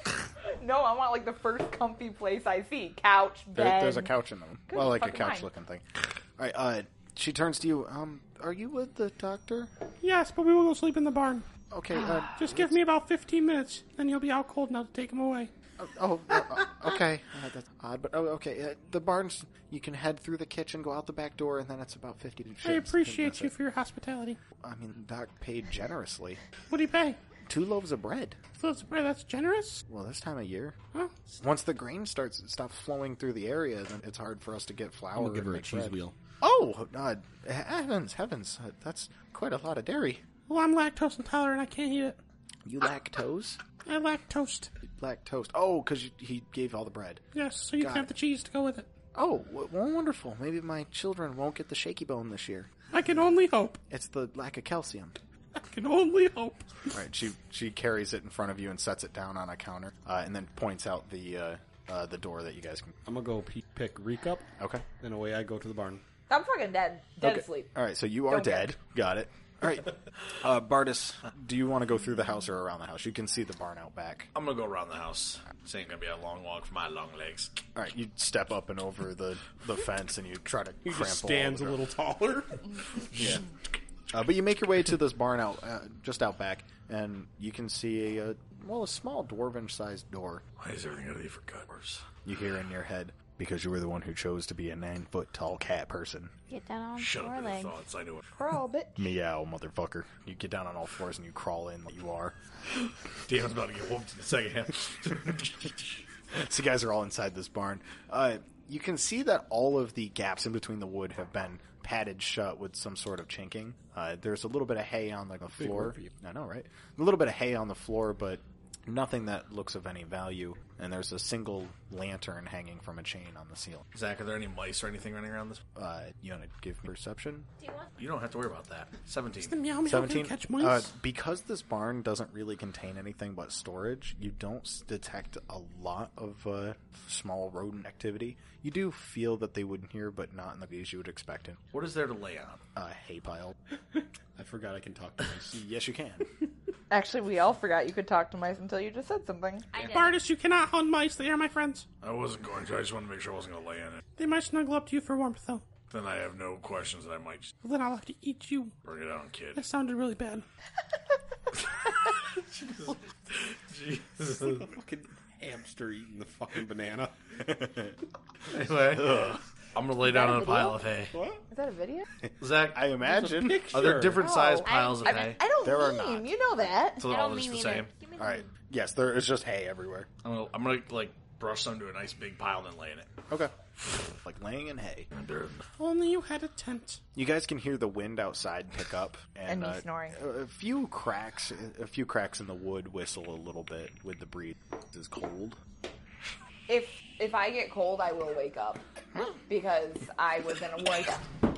S8: No, I want like the first comfy place I see. Couch, bed.
S3: There, there's a couch in them. well, like a
S8: fucking mind.
S3: couch-looking thing. All right. Uh, she turns to you. Um, are you with the doctor?
S11: Yes, but we will go sleep in the barn.
S3: Okay. Uh,
S11: Just give me about 15 minutes, then you'll be out cold now to take him away.
S3: Oh, uh, uh, okay. Uh, that's odd, but oh, okay. Uh, the barns, you can head through the kitchen, go out the back door, and then it's about 50 to
S11: I appreciate you for your hospitality.
S3: I mean, Doc paid generously.
S11: What do you pay?
S3: two loaves of bread.
S11: So it's- boy, that's generous.
S3: Well, this time of year, once the grain starts stops flowing through the area, then it's hard for us to get flour.
S5: I'm gonna give
S3: and
S5: her a
S3: make
S5: cheese
S3: bread.
S5: wheel.
S3: Oh, uh, heavens, heavens! Uh, that's quite a lot of dairy.
S11: Well, I'm lactose intolerant. I can't eat it.
S3: You lactose?
S11: I like toast.
S3: Lactose. Oh, because he gave all the bread.
S11: Yes, so you
S3: Got
S11: can have
S3: it.
S11: the cheese to go with it.
S3: Oh, w- well, wonderful. Maybe my children won't get the shaky bone this year.
S11: I can only hope.
S3: It's the lack of calcium.
S11: I can only hope.
S3: All right, she she carries it in front of you and sets it down on a counter, uh, and then points out the uh, uh, the door that you guys can.
S5: I'm gonna go pe- pick Reek up.
S3: Okay.
S5: Then away I go to the barn.
S4: I'm fucking dead. Dead
S3: Okay.
S4: asleep.
S3: All right, so you are
S4: Don't care.
S3: dead. Got it. All right, uh, Bardis, do you want to go through the house or around the house? You can see the barn out back.
S7: I'm gonna go around the house. This ain't gonna be a long walk for my long legs.
S3: All right, you step up and over the, the fence, and you try to
S5: He
S3: crample.
S5: just stands
S3: all
S5: a
S3: over.
S5: little taller.
S3: Uh, but you make your way to this barn out uh, just out back, and you can see a, uh well a small dwarven sized door.
S12: Why is everything gonna be for covers?
S3: You hear in your head because you were the one who chose to be a nine foot tall cat person.
S6: Get down on
S12: Shut
S6: four
S12: up with
S6: legs.
S12: your thoughts. I know it.
S4: Crawl, bitch.
S3: Meow, motherfucker! You get down on all fours and you crawl in like you are.
S12: Damn, I'm about to get whooped in a second.
S3: So you guys are all inside this barn. Uh, you can see that all of the gaps in between the wood have been padded shut with some sort of chinking. Uh, there's a little bit of hay on like the floor.
S5: word for you.
S3: I know, right? A little bit of hay on the floor, but nothing that looks of any value. And there's a single lantern hanging from a chain on the ceiling.
S7: Zach, are there any mice or anything running around this?
S3: Uh, you want to give me perception?
S7: You don't have to worry about that.
S11: The
S7: Seventeen.
S11: meow meow
S3: Seventeen.
S11: can catch
S3: Uh,
S11: mice.
S3: because this barn doesn't really contain anything but storage, you don't s- detect a lot of uh, small rodent activity. You do feel that they would hear, but not in the ways you would expect in
S7: What is there to lay on?
S3: a hay pile.
S5: I forgot I can talk to mice.
S3: Yes, you can.
S4: Actually, we all forgot you could talk to mice until you just said something.
S6: I did.
S11: Bardis, you cannot hound mice. They are my friends.
S12: I wasn't going to. I just wanted to make sure I wasn't gonna lay in it.
S11: They might snuggle up to you for warmth, though.
S12: Then I have no questions that I might just
S11: Well, then I'll have to eat you.
S12: bring it on, kid.
S11: That sounded really bad.
S7: Jesus.
S5: a fucking hamster eating the fucking banana.
S7: anyway, I'm gonna lay down on a pile of hay.
S4: Is that a video?
S7: Zach,
S3: I imagine.
S7: are there different size
S4: Oh.
S7: piles of
S6: I- I
S7: hay?
S4: I don't
S3: There are
S4: meme.
S3: not.
S4: You know that.
S7: So they're
S6: I
S7: all
S6: don't
S7: just
S6: mean
S7: the
S6: either.
S7: same.
S6: Give me the
S3: All right.
S6: mean.
S3: Yes, there is just hay everywhere.
S7: I'm gonna, I'm gonna like brush them to a nice big pile and then lay in it.
S3: Okay. Like laying in hay.
S11: If only you had a tent.
S3: You guys can hear the wind outside pick up, and,
S4: And me
S3: uh,
S4: snoring.
S3: A, a few cracks, a few cracks in the wood whistle a little bit with the breeze. It's cold.
S4: If if I get cold, I will wake up because I was in a warm.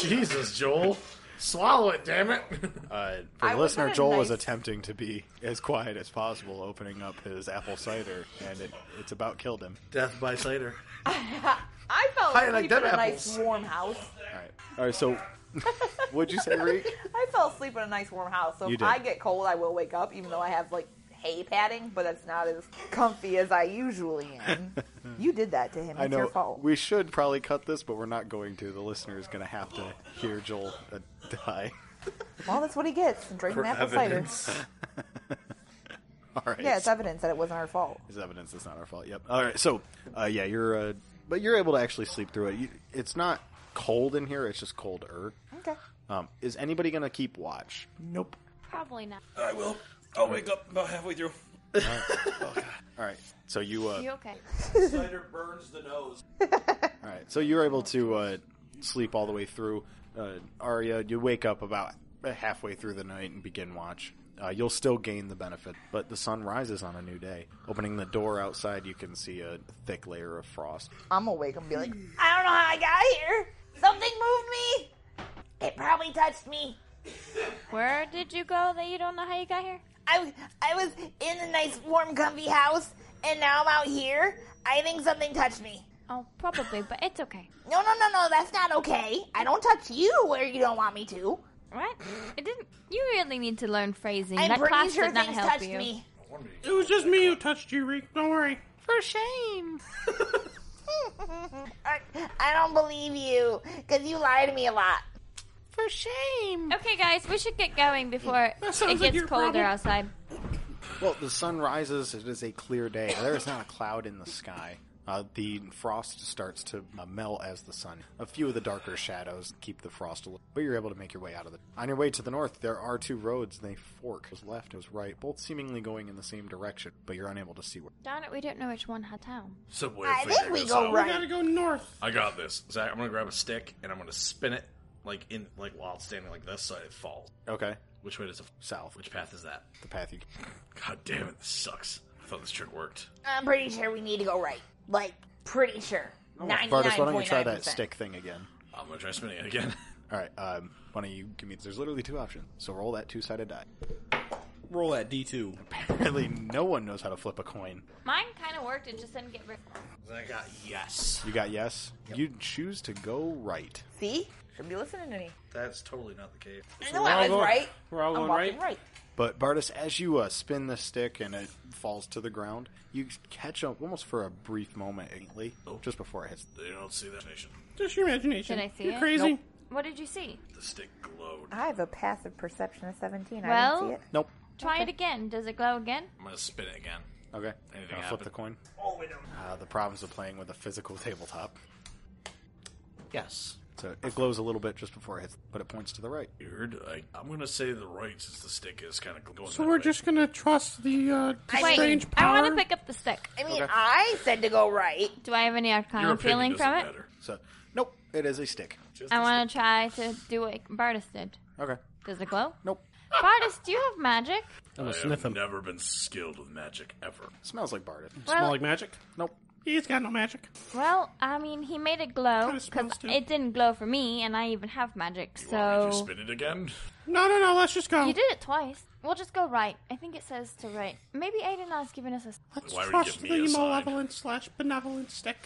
S7: Jesus, Joel, swallow it, damn it!
S3: Uh, for
S4: I
S3: the
S4: was
S3: listener,
S4: at a
S3: Joel was
S4: nice-
S3: attempting to be as quiet as possible, opening up his apple cider, and it, it's about killed him.
S7: Death by cider.
S4: I fell
S7: Hi, I
S4: asleep
S7: like
S4: in
S7: them
S4: a
S7: apples.
S4: nice warm house.
S3: All right, all right. So, what'd you say, Reek?
S4: I fell asleep in a nice warm house, so
S3: You
S4: if
S3: did.
S4: I get cold, I will wake up. Even though I have like hay padding, but it's not as comfy as I usually am. you did that to him. It's
S3: I
S4: your
S3: know
S4: fault.
S3: we should probably cut this, but we're not going to. The listener is going to have to hear Joel uh, die.
S4: Well, that's what he gets. Drinking apple cider.
S3: All right.
S4: Yeah, it's evidence that it wasn't our fault.
S3: It's evidence it's not our fault. Yep. All right. So, uh, yeah, you're, uh, but you're able to actually sleep through it. You, it's not cold in here. It's just colder.
S4: Okay.
S3: Um, is anybody going to keep watch? Nope.
S6: Probably not.
S5: I will. I'll wake up about halfway through.
S3: All right. So you, uh,
S6: You okay?
S13: Cider burns the nose.
S3: all right. So you're able to uh, sleep all the way through. Uh, Arya, you wake up about halfway through the night and begin watch. Uh, you'll still gain the benefit, but the sun rises on a new day. Opening the door outside, you can see a thick layer of frost.
S4: I'm awake and be like,
S8: I don't know how I got here. Something moved me. It probably touched me.
S6: Where did you go that you don't know how you got here?
S8: I, I was in a nice, warm, comfy house, and now I'm out here. I think something touched me.
S6: Oh, probably, but it's okay.
S8: No, no, no, no, that's not okay. I don't touch you where you don't want me to.
S6: Right? It didn't. You really need to learn phrasing.
S8: I'm
S6: that
S8: pretty
S6: class
S8: sure
S6: did not
S8: things
S6: help
S8: touched
S6: you.
S8: me.
S11: It was just me who touched you, Reek. Don't worry.
S6: For shame.
S8: I, I don't believe you, because you lie to me a lot.
S11: For shame.
S6: Okay, guys, we should get going before it gets
S11: sounds like your
S6: colder
S11: problem.
S6: outside.
S3: Well, the sun rises. It is a clear day. There is not a cloud in the sky. Uh, the frost starts to uh, melt as the sun. A few of the darker shadows keep the frost a little, but you're able to make your way out of it. On your way to the north, there are two roads, and they fork. It was left, it was right, both seemingly going in the same direction, but you're unable to see where.
S6: Darn it, we don't know which one had town.
S7: Subway.
S14: I
S7: figure
S14: think we
S7: this
S14: go
S7: out.
S14: right.
S11: We gotta go north.
S7: I got this. Zach, I'm gonna grab a stick and I'm gonna spin it like in like while it's standing like this, so it falls.
S3: Okay,
S7: Which way does it?
S3: south,
S7: Which path is that?
S3: the path you.
S7: God damn it! This sucks. I thought this trick worked.
S14: I'm pretty sure we need to go right. Like, pretty sure. Ninety-nine point nine
S3: Vargas,
S14: percent.
S3: why don't you try that stick thing again?
S7: I'm gonna try spinning it again.
S3: All right, um, why don't you give me? There's literally two options, so roll that two-sided die.
S5: Roll that D2.
S3: Apparently, no one knows how to flip a coin.
S6: Mine kind of worked. It just didn't get rid.
S7: I got yes.
S3: You got yes. You choose to go right.
S8: See? Should be listening to me.
S7: That's totally not the case.
S8: I know I was
S5: going-
S8: right.
S5: We're all
S8: I'm
S5: going
S8: walking
S5: right.
S8: right.
S3: But Bartis, as you uh, spin the stick and it falls to the ground, you catch up almost for a brief moment, Aintley, just before it hits.
S7: They don't see that nation.
S11: Just your imagination.
S6: Did I see
S11: You're
S6: it?
S11: crazy.
S6: What did you see?
S7: The stick glowed.
S8: I have a passive perception of 17. I
S6: Well-
S8: didn't see it.
S3: Nope.
S6: Try it again. Does it glow again?
S7: I'm gonna spin it again.
S3: Okay.
S7: Anything
S3: Gonna flip
S7: happen?
S3: the coin. Uh, the problems of playing with a physical tabletop.
S15: Yes.
S3: So it glows a little bit just before it hits, but it points to the right.
S7: Weird. I, I'm gonna say the right since the stick is kind of going.
S11: So
S7: that
S11: we're
S7: way.
S11: just gonna trust the, uh, the
S8: mean,
S11: strange
S6: I
S11: power.
S6: want to pick up the stick.
S8: I mean, I said to go right.
S6: Do I have any
S7: Your
S6: arcana
S7: opinion
S6: feeling
S7: doesn't
S6: from it?
S7: matter.
S3: So, nope, it is a stick.
S6: I want to try to do what Bartis did.
S3: Okay.
S6: Does it glow?
S3: Nope.
S6: Bartis, do you have
S5: I'm
S6: magic?
S7: I
S5: gonna
S7: have
S5: sniff him.
S7: never been skilled with magic ever.
S3: Smells like Bartis.
S5: Smell like magic?
S3: Nope.
S11: He's got no magic.
S6: Well, I mean, he made it glow
S11: Kinda
S6: because
S11: smells too.
S6: Oh, it didn't glow for me, and I even have magic.
S7: You want me to
S6: So
S7: spin it again?
S11: No, no, no. Let's just go.
S6: you did it twice. We'll just go right. I think it says to right. Maybe Aiden has given us a.
S11: Let's
S7: Why would you
S11: trust
S7: give me a
S11: the
S7: sign?
S11: malevolent slash benevolent stick.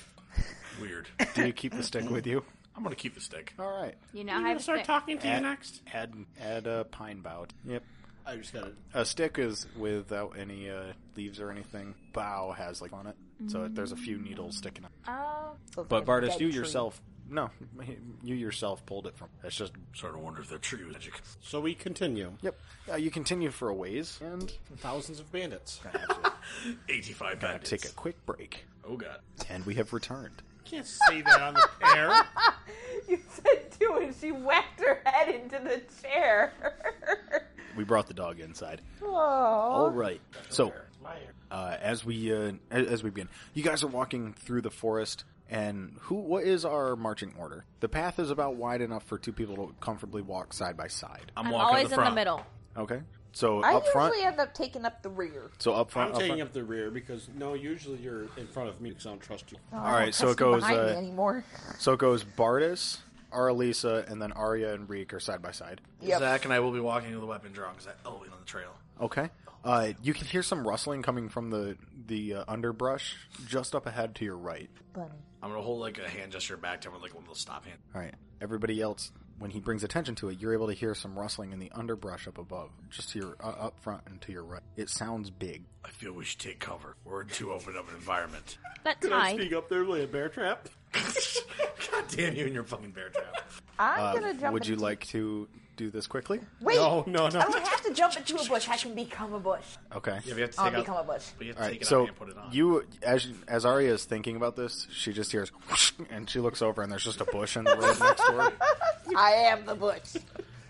S7: Weird.
S3: Do you keep the stick with you?
S7: I'm gonna keep the stick.
S3: All right.
S6: You know,
S11: I'm
S6: I
S11: gonna
S6: have a
S11: start
S6: stick.
S11: talking to you
S3: Add-
S11: next.
S3: Add, add a pine bough. Yep.
S5: I just got it.
S3: A stick is without any uh, leaves or anything. Bough has like on it, so there's a few needles sticking out.
S6: Oh,
S3: But Bartis, you yourself, no, you yourself pulled it from. That's just
S7: Starting to wonder if that tree was magic.
S5: So we continue.
S3: yep. Uh, you continue for a ways and
S5: Thousands of bandits.
S7: 85 bandits.
S3: take a quick break,
S7: Oh god.
S3: and we have returned.
S5: Can't say that on the air.
S8: You said two, and she whacked her head into the chair.
S3: We brought the dog inside.
S8: oh.
S3: All right. So, uh, as we uh, a- as we begin, you guys are walking through the forest, and who? What is our marching order? The path is about wide enough for two people to comfortably walk side by side.
S7: I'm,
S6: I'm
S7: walking
S6: always
S7: the
S6: in
S7: front.
S6: the middle.
S3: Okay. So
S8: I
S3: up
S8: usually
S3: front.
S8: end up taking up the rear.
S3: So up front.
S5: I'm
S3: up
S5: taking
S3: front.
S5: up the rear because, no, usually you're in front of me because I don't trust you.
S3: All right. So it goes.
S8: behind me
S3: Uh,
S8: anymore.
S3: So it goes Bardis, Aralisa, and then Arya and Reek are side by side.
S8: Yep.
S15: Zach
S7: Zach and I will be walking with a weapon drawn because I always on the trail.
S3: Okay. Uh, you can hear some rustling coming from the the uh, underbrush just up ahead to your right.
S8: Bunny.
S7: I'm gonna hold like a hand gesture back to him with like one of those stop hand.
S3: All right. Everybody else, when he brings attention to it, you're able to hear some rustling in the underbrush up above, just to your uh, up front and to your right. It sounds big.
S7: I feel we should take cover. We're in too open of an environment.
S6: Let's
S5: I
S6: hide.
S5: speak up there, lay a bear trap.
S7: God damn you and your fucking bear trap.
S8: I'm
S3: Uh,
S8: gonna jump.
S3: would you
S8: into-
S3: like to do this quickly?
S8: Wait.
S5: No, no, no.
S8: I don't have to jump into a bush. I can become a bush.
S3: Okay.
S7: Yeah, we have to
S8: I'll
S7: take out,
S8: become a bush.
S7: But you have to
S3: All
S7: take
S3: right.
S7: it
S3: So
S7: out and put it on.
S3: you, as as Arya is thinking about this, she just hears, whoosh, and she looks over, and there's just a bush in the road next to her.
S8: I am the bush.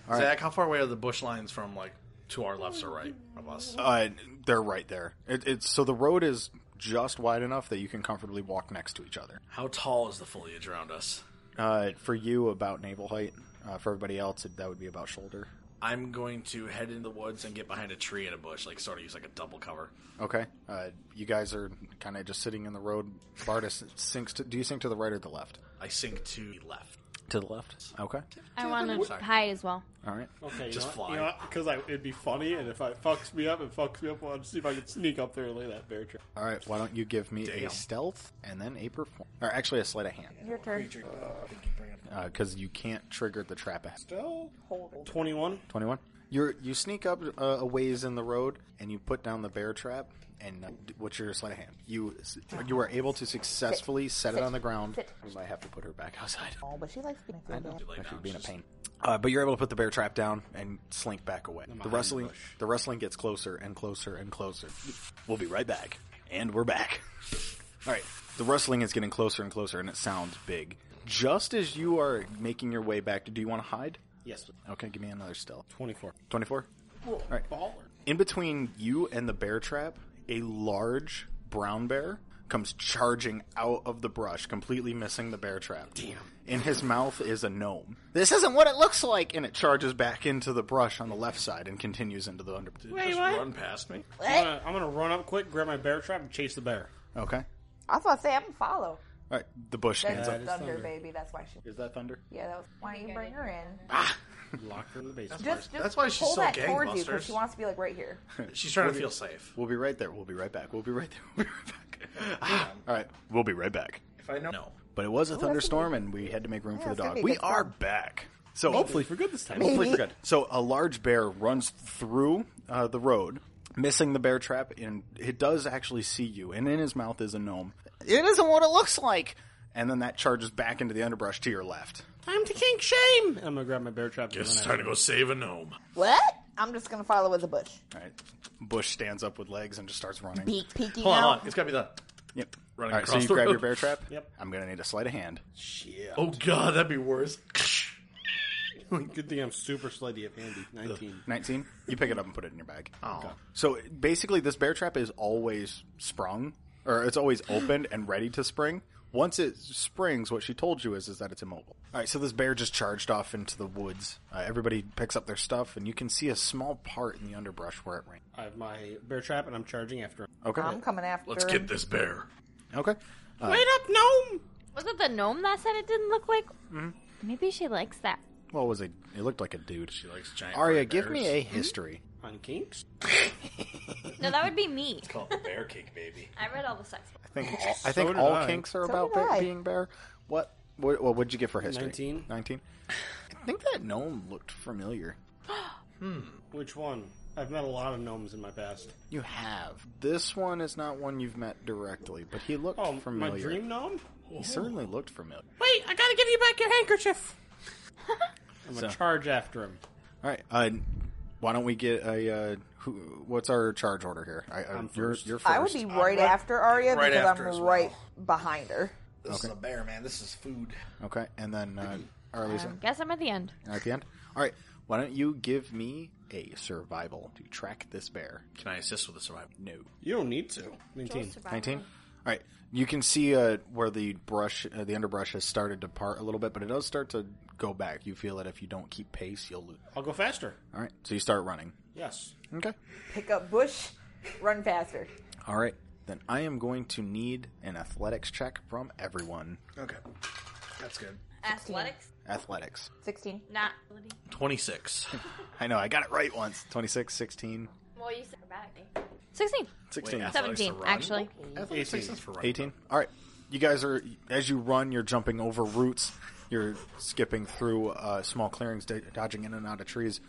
S7: Zach, how far away are the bush lines from like to our left or right of us?
S3: Uh, they're right there. It, it's so the road is just wide enough that you can comfortably walk next to each other.
S7: How tall is the foliage around us?
S3: Uh, for you, about navel height. Uh, for everybody else, it, that would be about shoulder.
S7: I'm going to head into the woods and get behind a tree and a bush, like sort of use like a double cover.
S3: Okay. Uh, you guys are kind of just sitting in the road. Bartis sinks. To, do you sink to the right or the left?
S7: I sink to the left.
S3: To the left. Okay.
S6: I want to hide as well.
S3: All right.
S5: Okay, you
S7: Just
S5: know,
S7: fly.
S5: Because it'd be funny, and if it fucks me up, it fucks me up. I'll just see if I can sneak up there and lay that bear trap.
S3: All right. Why don't you give me a
S7: Damn.
S3: stealth and then a perform, or actually a sleight of hand,
S8: Your turn.
S3: because you can't trigger the trap ahead.
S5: Still? 21?
S3: 21 you're you sneak up uh, a ways in the road and you put down the bear trap and uh, d- what's your sleight of hand you s- you are able to successfully set it on the ground
S8: Sit.
S3: we might have to put her back outside
S8: Oh, but she likes being I
S7: Like,
S3: that
S7: now,
S3: should be in a
S7: just-
S3: pain uh, but you're able to put the bear trap down and slink back away the
S5: behind the
S3: wrestling
S5: bush.
S3: the wrestling gets closer and closer and closer we'll be right back and we're back all right The rustling is getting closer and closer, and it sounds big. Just as you are making your way back, do you want to hide?
S5: Yes.
S3: Okay, give me another stealth.
S5: 24.
S3: 24? All right. In between you and the bear trap, a large brown bear comes charging out of the brush, completely missing the bear trap. Damn. In his mouth is a gnome. This isn't what it looks like! And it charges back into the brush on the left side and continues into the under.
S11: Wait,
S4: Just
S11: what?
S4: run past me.
S5: I'm gonna, Uh, I'm gonna run up quick, grab my bear trap, and chase the bear.
S3: Okay.
S8: I was about to say I'm gonna follow.
S3: All right, the bush
S8: That's
S3: stands up.
S8: thunder, baby. That's why she.
S3: Is that thunder?
S8: Yeah, that was why you bring her in.
S5: Lock her in the basement.
S8: Just, just
S7: That's why she's
S8: pull
S7: so
S8: that towards you because
S7: gangbusters.
S8: she wants to be like right here.
S7: She's trying to feel safe.
S3: We'll be right there. We'll be right back. We'll be right there. We'll be right back. Ah, all right, we'll be right back.
S7: If I know, no.
S3: But it was a thunderstorm, and we had to make room for the
S8: Yeah, it's gonna
S3: dog.
S8: be a
S3: We
S8: good
S3: are
S8: storm.
S3: back. So
S5: Hopefully for good this time.
S3: Hopefully for good. So a large bear runs through uh, the road, missing the bear trap, and it does actually see you. And in his mouth is a gnome. It isn't what it looks like. And then that charges back into the underbrush to your left.
S11: Time to kink shame.
S5: I'm gonna grab my bear trap.
S4: Guess
S5: and
S4: it's
S5: run
S4: time to
S5: after
S4: go save a gnome.
S8: What? I'm just gonna follow with the bush.
S3: All right. Bush stands up with legs and just starts running.
S8: Peek, peeking
S7: Hold on, hold
S8: out.
S7: on. It's gotta be the.
S3: Yep.
S4: Running
S3: All right. So
S4: across
S3: you
S4: the
S3: grab
S4: road.
S3: your bear trap.
S5: Yep.
S3: I'm gonna need a sleight of hand.
S7: Oh god, that'd be worse.
S5: him. Good thing I'm super slighty of handy. 19.
S3: 19. You pick it up and put it in your bag.
S7: Oh.
S3: So basically, this bear trap is always sprung, or it's always opened and ready to spring. Once it springs, what she told you is is that it's immobile. All right, so this bear just charged off into the woods. Uh, everybody picks up their stuff, and you can see a small part in the underbrush where it rained.
S5: I have my bear trap, and I'm charging after him.
S3: Okay,
S4: Um.
S8: I'm coming after.
S4: Let's
S8: him.
S4: get this bear.
S3: okay.
S11: Wait up, gnome.
S6: Was it the gnome that said it didn't look like? Maybe she likes that.
S3: Well, it was a it looked like a dude.
S4: She likes giant.
S3: Arya,
S4: furry
S3: give me
S4: bears.
S3: a history.
S5: On kinks?
S6: No, that would be me.
S7: Call it the bear cake, baby.
S6: I read all the sex.
S3: I think all, I think
S5: did
S3: all
S5: I.
S3: kinks are about
S8: did
S3: be-
S8: I.
S3: being bear. What? What? What would you get for history?
S5: 19.
S3: Nineteen. I think that gnome looked familiar.
S5: Which one? I've met a lot of gnomes in my past.
S3: You have. This one is not one you've met directly, but he looked
S5: Oh,
S3: familiar.
S5: my dream gnome?
S3: He certainly looked familiar.
S11: Wait, I gotta give you back your handkerchief.
S5: I'm gonna charge after him.
S3: All right. Uh, why don't we get a uh, who? What's our charge order here? I, I,
S5: I'm
S3: you're,
S5: first.
S3: you're first.
S8: I would be right
S3: Uh,
S8: after Arya
S7: right
S8: because
S7: after
S8: I'm
S7: as well.
S8: right behind her.
S7: This is a bear, man. This is food.
S3: okay, and then uh, our Lisa
S6: Um, guess I'm at the end.
S3: at the end. All right. Why don't you give me a survival to track this bear?
S7: Can I assist with the survival?
S3: No.
S5: You don't need to. 19.
S3: Nineteen. All right. You can see uh, where the brush, uh, the underbrush, has started to part a little bit, but it does start to go back. You feel that if you don't keep pace, you'll lose.
S5: I'll go faster.
S3: All right. So you start running.
S5: Yes.
S3: Okay.
S8: Pick up bush, run faster.
S3: All right. Then I am going to need an athletics check from everyone.
S7: Okay, that's good.
S6: Athletics,
S3: Athletics.
S8: Sixteen.
S6: not.
S7: Twenty-six.
S3: I know, I got it right once. 26, 16,
S6: Well, you said acrobatic. Sixteen.
S3: 16,
S7: Wait, Athletics to
S6: Seventeen,
S7: run?
S6: actually.
S7: Athletics makes sense for running.
S3: 18. All right. You guys are, as you run, you're jumping over roots. You're skippking through uh, small clearings, do- dodging in and out of trees.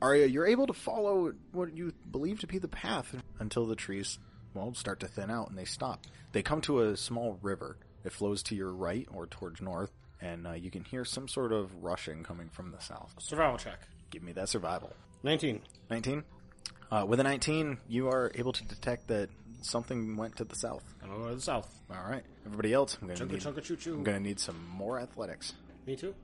S3: Arya, you're able to follow what you believe to be the path until the trees, well, start to thin out and they stop. They come to a small river. It flows to your right or towards north, and uh, you can hear some sort of rushing coming from the south.
S5: Survival check.
S3: Give me that survival.
S5: 19.
S3: 19? Uh, with a 19, you are able to detect that something went to the south.
S5: I'm gonna go to the south.
S3: All right. Everybody else, I'm going to
S5: Chunka
S3: need,
S5: chunka choo
S3: I'm
S5: choo.
S3: gonna need some more athletics.
S5: Me too.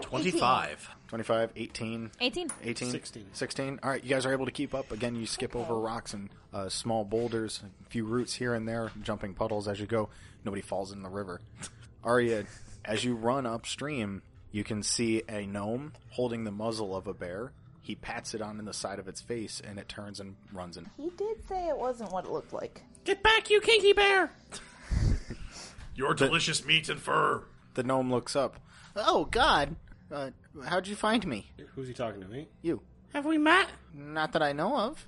S7: Twenty-five.
S3: 25, 18,
S6: Eighteen.
S3: 18,
S5: 16.
S3: 16. All right, you guys are able to keep up. Again, you skip over rocks and uh, small boulders, a few roots here and there, jumping puddles as you go. Nobody falls in the river. Arya, as you run upstream, you can see a gnome holding the muzzle of a bear. He pats it on in the side of its face, and it turns and runs in.
S8: He did say it wasn't what it looked like.
S11: Get back, you kinky bear.
S4: Your delicious meat and fur.
S3: The gnome looks up. Oh God! Uh, how'd you find me?
S5: Who's he talking to me?
S3: You?
S11: Have we met?
S3: Not that I know of.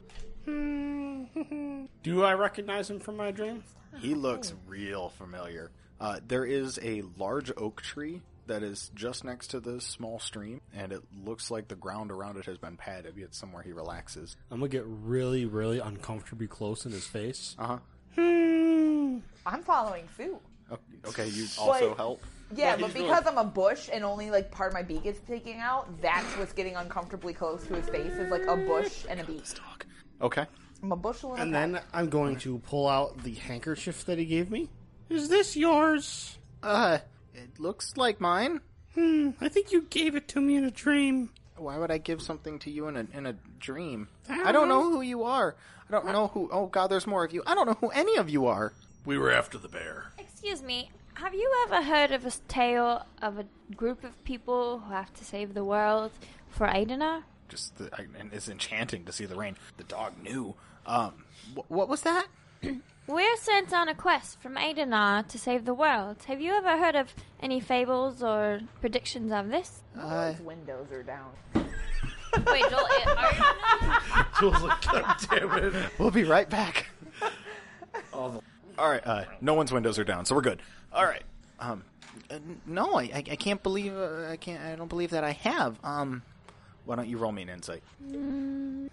S5: Do I recognize him from my dream?
S3: He looks real familiar. Uh, there is a large oak tree that is just next to the small stream, and it looks like the ground around it has been padded. Yet somewhere he relaxes.
S5: I'm gonna get really, really uncomfortably close in his face.
S3: Uh huh.
S8: I'm following suit.
S3: Oh, Okay, you also
S8: Wait.
S3: help.
S8: Yeah, but because I'm a bush and only like part of my beak is sticking out, that's what's getting uncomfortably close to his face is like a bush and a beak.
S3: Okay.
S8: I'm a bushel and,
S5: And
S8: a
S5: then
S8: pack.
S5: I'm going to pull out the handkerchief that he gave me,
S11: Is this yours?
S3: Uh, it looks like mine.
S11: Hmm, I think you gave it to me in a dream.
S3: Why would I give something to you in a in a dream?
S11: don't
S3: I don't know
S11: know.
S3: who you are. I don't know who. Oh God, there's more of you. I don't know who any of you are.
S16: We were after the bear.
S6: Excuse me. Have you ever heard of a tale of a group of people who have to save the world for Idana?
S3: Just the, I- and it's enchanting to see the rain. The dog knew. Um, wh- what was that?
S6: We're sent on a quest from Idana to save the world. Have you ever heard of any fables or predictions of this?
S3: Uh,
S8: Windows are down.
S6: Wait, Joel, it,
S7: Jules like, God damn it.
S3: we'll be right back.
S7: All the-
S3: All right. Uh, no one's windows are down, so we're good. All right. Um, uh, n- no, I, I I can't believe uh, I can't. I don't believe that I have. Um, why don't you roll me an insight?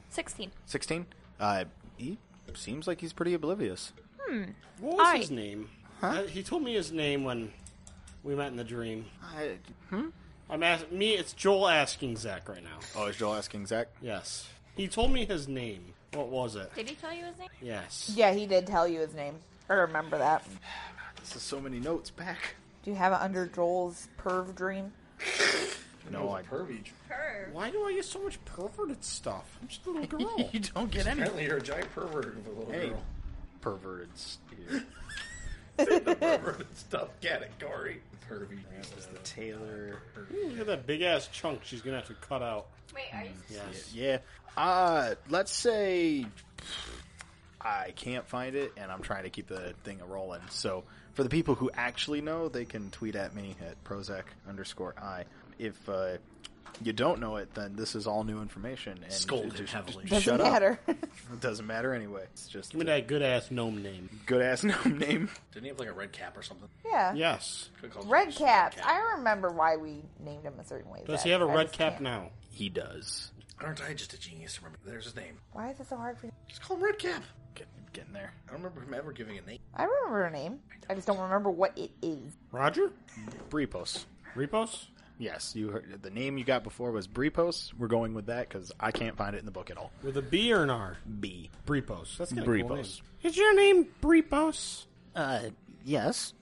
S6: 16.
S3: Sixteen. Uh, he seems like he's pretty oblivious.
S5: What was
S6: Alright.
S5: his name? Uh, he told me his name when we met in the dream.
S3: I,
S5: I'm ask- me. It's Joel asking Zach right now.
S3: oh, is Joel asking Zach?
S5: Yes, he told me his name. What was it?
S6: Did he tell you his name?
S5: Yes.
S8: Yeah, he did tell you his name. I remember that.
S3: This is so many notes back.
S8: Do you have it under Joel's perv dream?
S3: No, I.
S7: Pervy.
S5: Why do I get so much perverted stuff? I'm just a little girl.
S3: You don't get any
S7: Apparently, you're a giant pervert of a little
S3: Hey.
S7: girl.
S3: perverted.
S7: Perverted stuff category. Pervy. This is the Taylor.
S5: Look at that big ass chunk. She's gonna have to cut out.
S6: Wait, are you.
S5: Yes.
S3: Yeah. Uh, let's say I can't find it, and I'm trying to keep the thing rolling. So for the people who actually know, they can tweet at me at Prozac underscore I. If uh, you don't know it, then this is all new information. And
S7: Scold
S3: just-
S7: him heavily.
S3: Just shut
S8: Doesn't matter.
S3: up. It doesn't matter anyway. It's just
S5: Give me that good ass gnome name.
S3: good ass gnome name.
S7: Didn't he have like a red cap or something?
S8: yeah.
S5: Yes.
S7: Could've called him
S8: Red
S7: just
S8: caps. I remember why we named him a certain way.
S5: Does
S8: Zach.
S5: he have a
S8: I
S5: red
S8: just
S5: cap
S8: can't.
S5: now?
S3: He does.
S7: Aren't I just a genius? Remember, there's his name.
S8: Why is it so hard for you?
S7: Just call him Red Cap.
S3: Get, getting there.
S7: I don't remember him ever giving a name.
S8: I remember her name. I just don't remember what it is.
S5: Roger?
S3: Brepos.
S5: Repos?
S3: Yes, you heard the name you got before was Brepos. We're going with that because I can't find it in the book at all.
S5: With a B or an R?
S3: B.
S5: Brepos. That's kinda Cool name.
S3: Brepos.
S11: Is your name Brepos?
S3: Uh, yes.